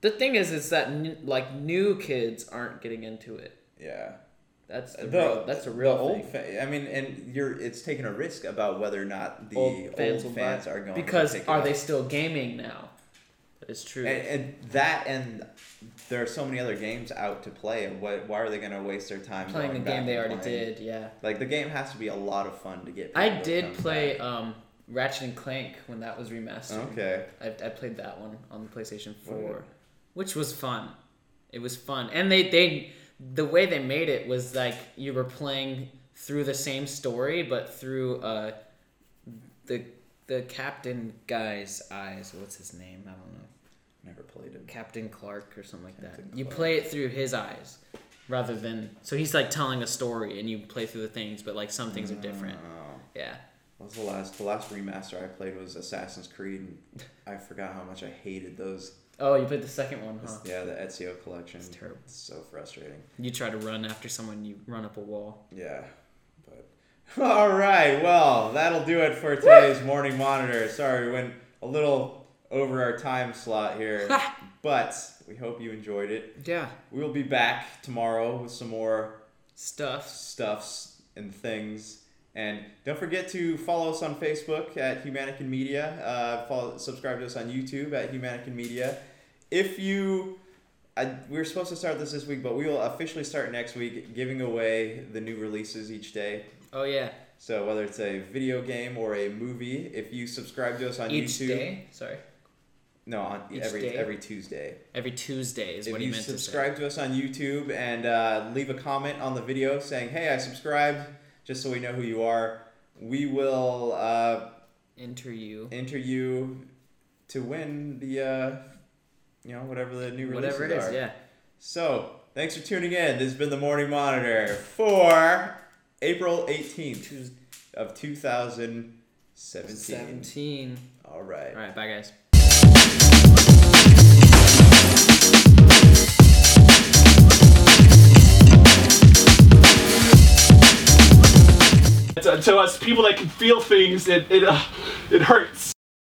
[SPEAKER 2] the thing is is that n- like new kids aren't getting into it.
[SPEAKER 1] Yeah,
[SPEAKER 2] That's the,
[SPEAKER 1] The-
[SPEAKER 2] real, that's a real
[SPEAKER 1] the
[SPEAKER 2] thing.
[SPEAKER 1] old. Fa- I mean, and you're it's taking a risk about whether or not the
[SPEAKER 2] Old
[SPEAKER 1] old
[SPEAKER 2] fans
[SPEAKER 1] fans,
[SPEAKER 2] will buy
[SPEAKER 1] are going
[SPEAKER 2] because
[SPEAKER 1] to pick it
[SPEAKER 2] are
[SPEAKER 1] up.
[SPEAKER 2] they still gaming now? That is true.
[SPEAKER 1] And, and that and there are so many other games out to play. and What? Why are they going to waste their time
[SPEAKER 2] playing the
[SPEAKER 1] going back
[SPEAKER 2] game they
[SPEAKER 1] and
[SPEAKER 2] already
[SPEAKER 1] playing?
[SPEAKER 2] did, yeah.
[SPEAKER 1] Like the game has to be a lot of fun to get.
[SPEAKER 2] I
[SPEAKER 1] people to come
[SPEAKER 2] did play
[SPEAKER 1] back.
[SPEAKER 2] um Ratchet and Clank when that was remastered.
[SPEAKER 1] Okay.
[SPEAKER 2] I, I played that one on the PlayStation 4, which was fun. It was fun. And they, they the way they made it was like you were playing through the same story but through uh the the captain guy's eyes. What's his name? I don't know.
[SPEAKER 1] Never played it.
[SPEAKER 2] Captain Clark or something like that.
[SPEAKER 1] Captain
[SPEAKER 2] You
[SPEAKER 1] Clark.
[SPEAKER 2] play it through his eyes rather than so he's like telling a story and you play through the things but like some things are different.
[SPEAKER 1] Oh.
[SPEAKER 2] Yeah.
[SPEAKER 1] What was the last? The last remaster I played was Assassin's Creed, and I forgot how much I hated those.
[SPEAKER 2] Oh, you played the second one, huh?
[SPEAKER 1] It's- yeah, the Ezio collection.
[SPEAKER 2] It's terrible.
[SPEAKER 1] It's so frustrating.
[SPEAKER 2] You try to run after someone, you run up a wall.
[SPEAKER 1] Yeah, but all right. Well, that'll do it for today's morning monitor. Sorry, we went a little over our time slot here, but we hope you enjoyed it.
[SPEAKER 2] Yeah.
[SPEAKER 1] We'll be back tomorrow with some more
[SPEAKER 2] Stuff.
[SPEAKER 1] stuffs and things. And don't forget to follow us on Facebook at Humanican Media. Uh, follow, subscribe to us on YouTube at Humanican Media. If you, I, we were supposed to start this this week, but we will officially start next week, giving away the new releases each day.
[SPEAKER 2] Oh yeah.
[SPEAKER 1] So whether it's a video game or a movie, if you subscribe to us on
[SPEAKER 2] Each
[SPEAKER 1] YouTube,
[SPEAKER 2] day. Sorry.
[SPEAKER 1] no, on
[SPEAKER 2] Each
[SPEAKER 1] every
[SPEAKER 2] day?
[SPEAKER 1] every Tuesday.
[SPEAKER 2] Every Tuesday is
[SPEAKER 1] if
[SPEAKER 2] what he
[SPEAKER 1] you
[SPEAKER 2] meant
[SPEAKER 1] subscribe to, us on YouTube and uh, leave a comment on the video saying, "Hey, I subscribed," just so we know who you are, we will uh,
[SPEAKER 2] to say. Enter you.
[SPEAKER 1] enter you to win the, uh, you know, whatever the new releases
[SPEAKER 2] Whatever it is.
[SPEAKER 1] are.
[SPEAKER 2] Yeah.
[SPEAKER 1] So thanks for tuning in. This has been the Morning Monitor for April eighteenth
[SPEAKER 2] Tuesday.
[SPEAKER 1] of two thousand seventeen.
[SPEAKER 2] Seventeen.
[SPEAKER 1] All right.
[SPEAKER 2] All right. Bye, guys.
[SPEAKER 3] to, to us people that can feel things, it it, uh, it hurts.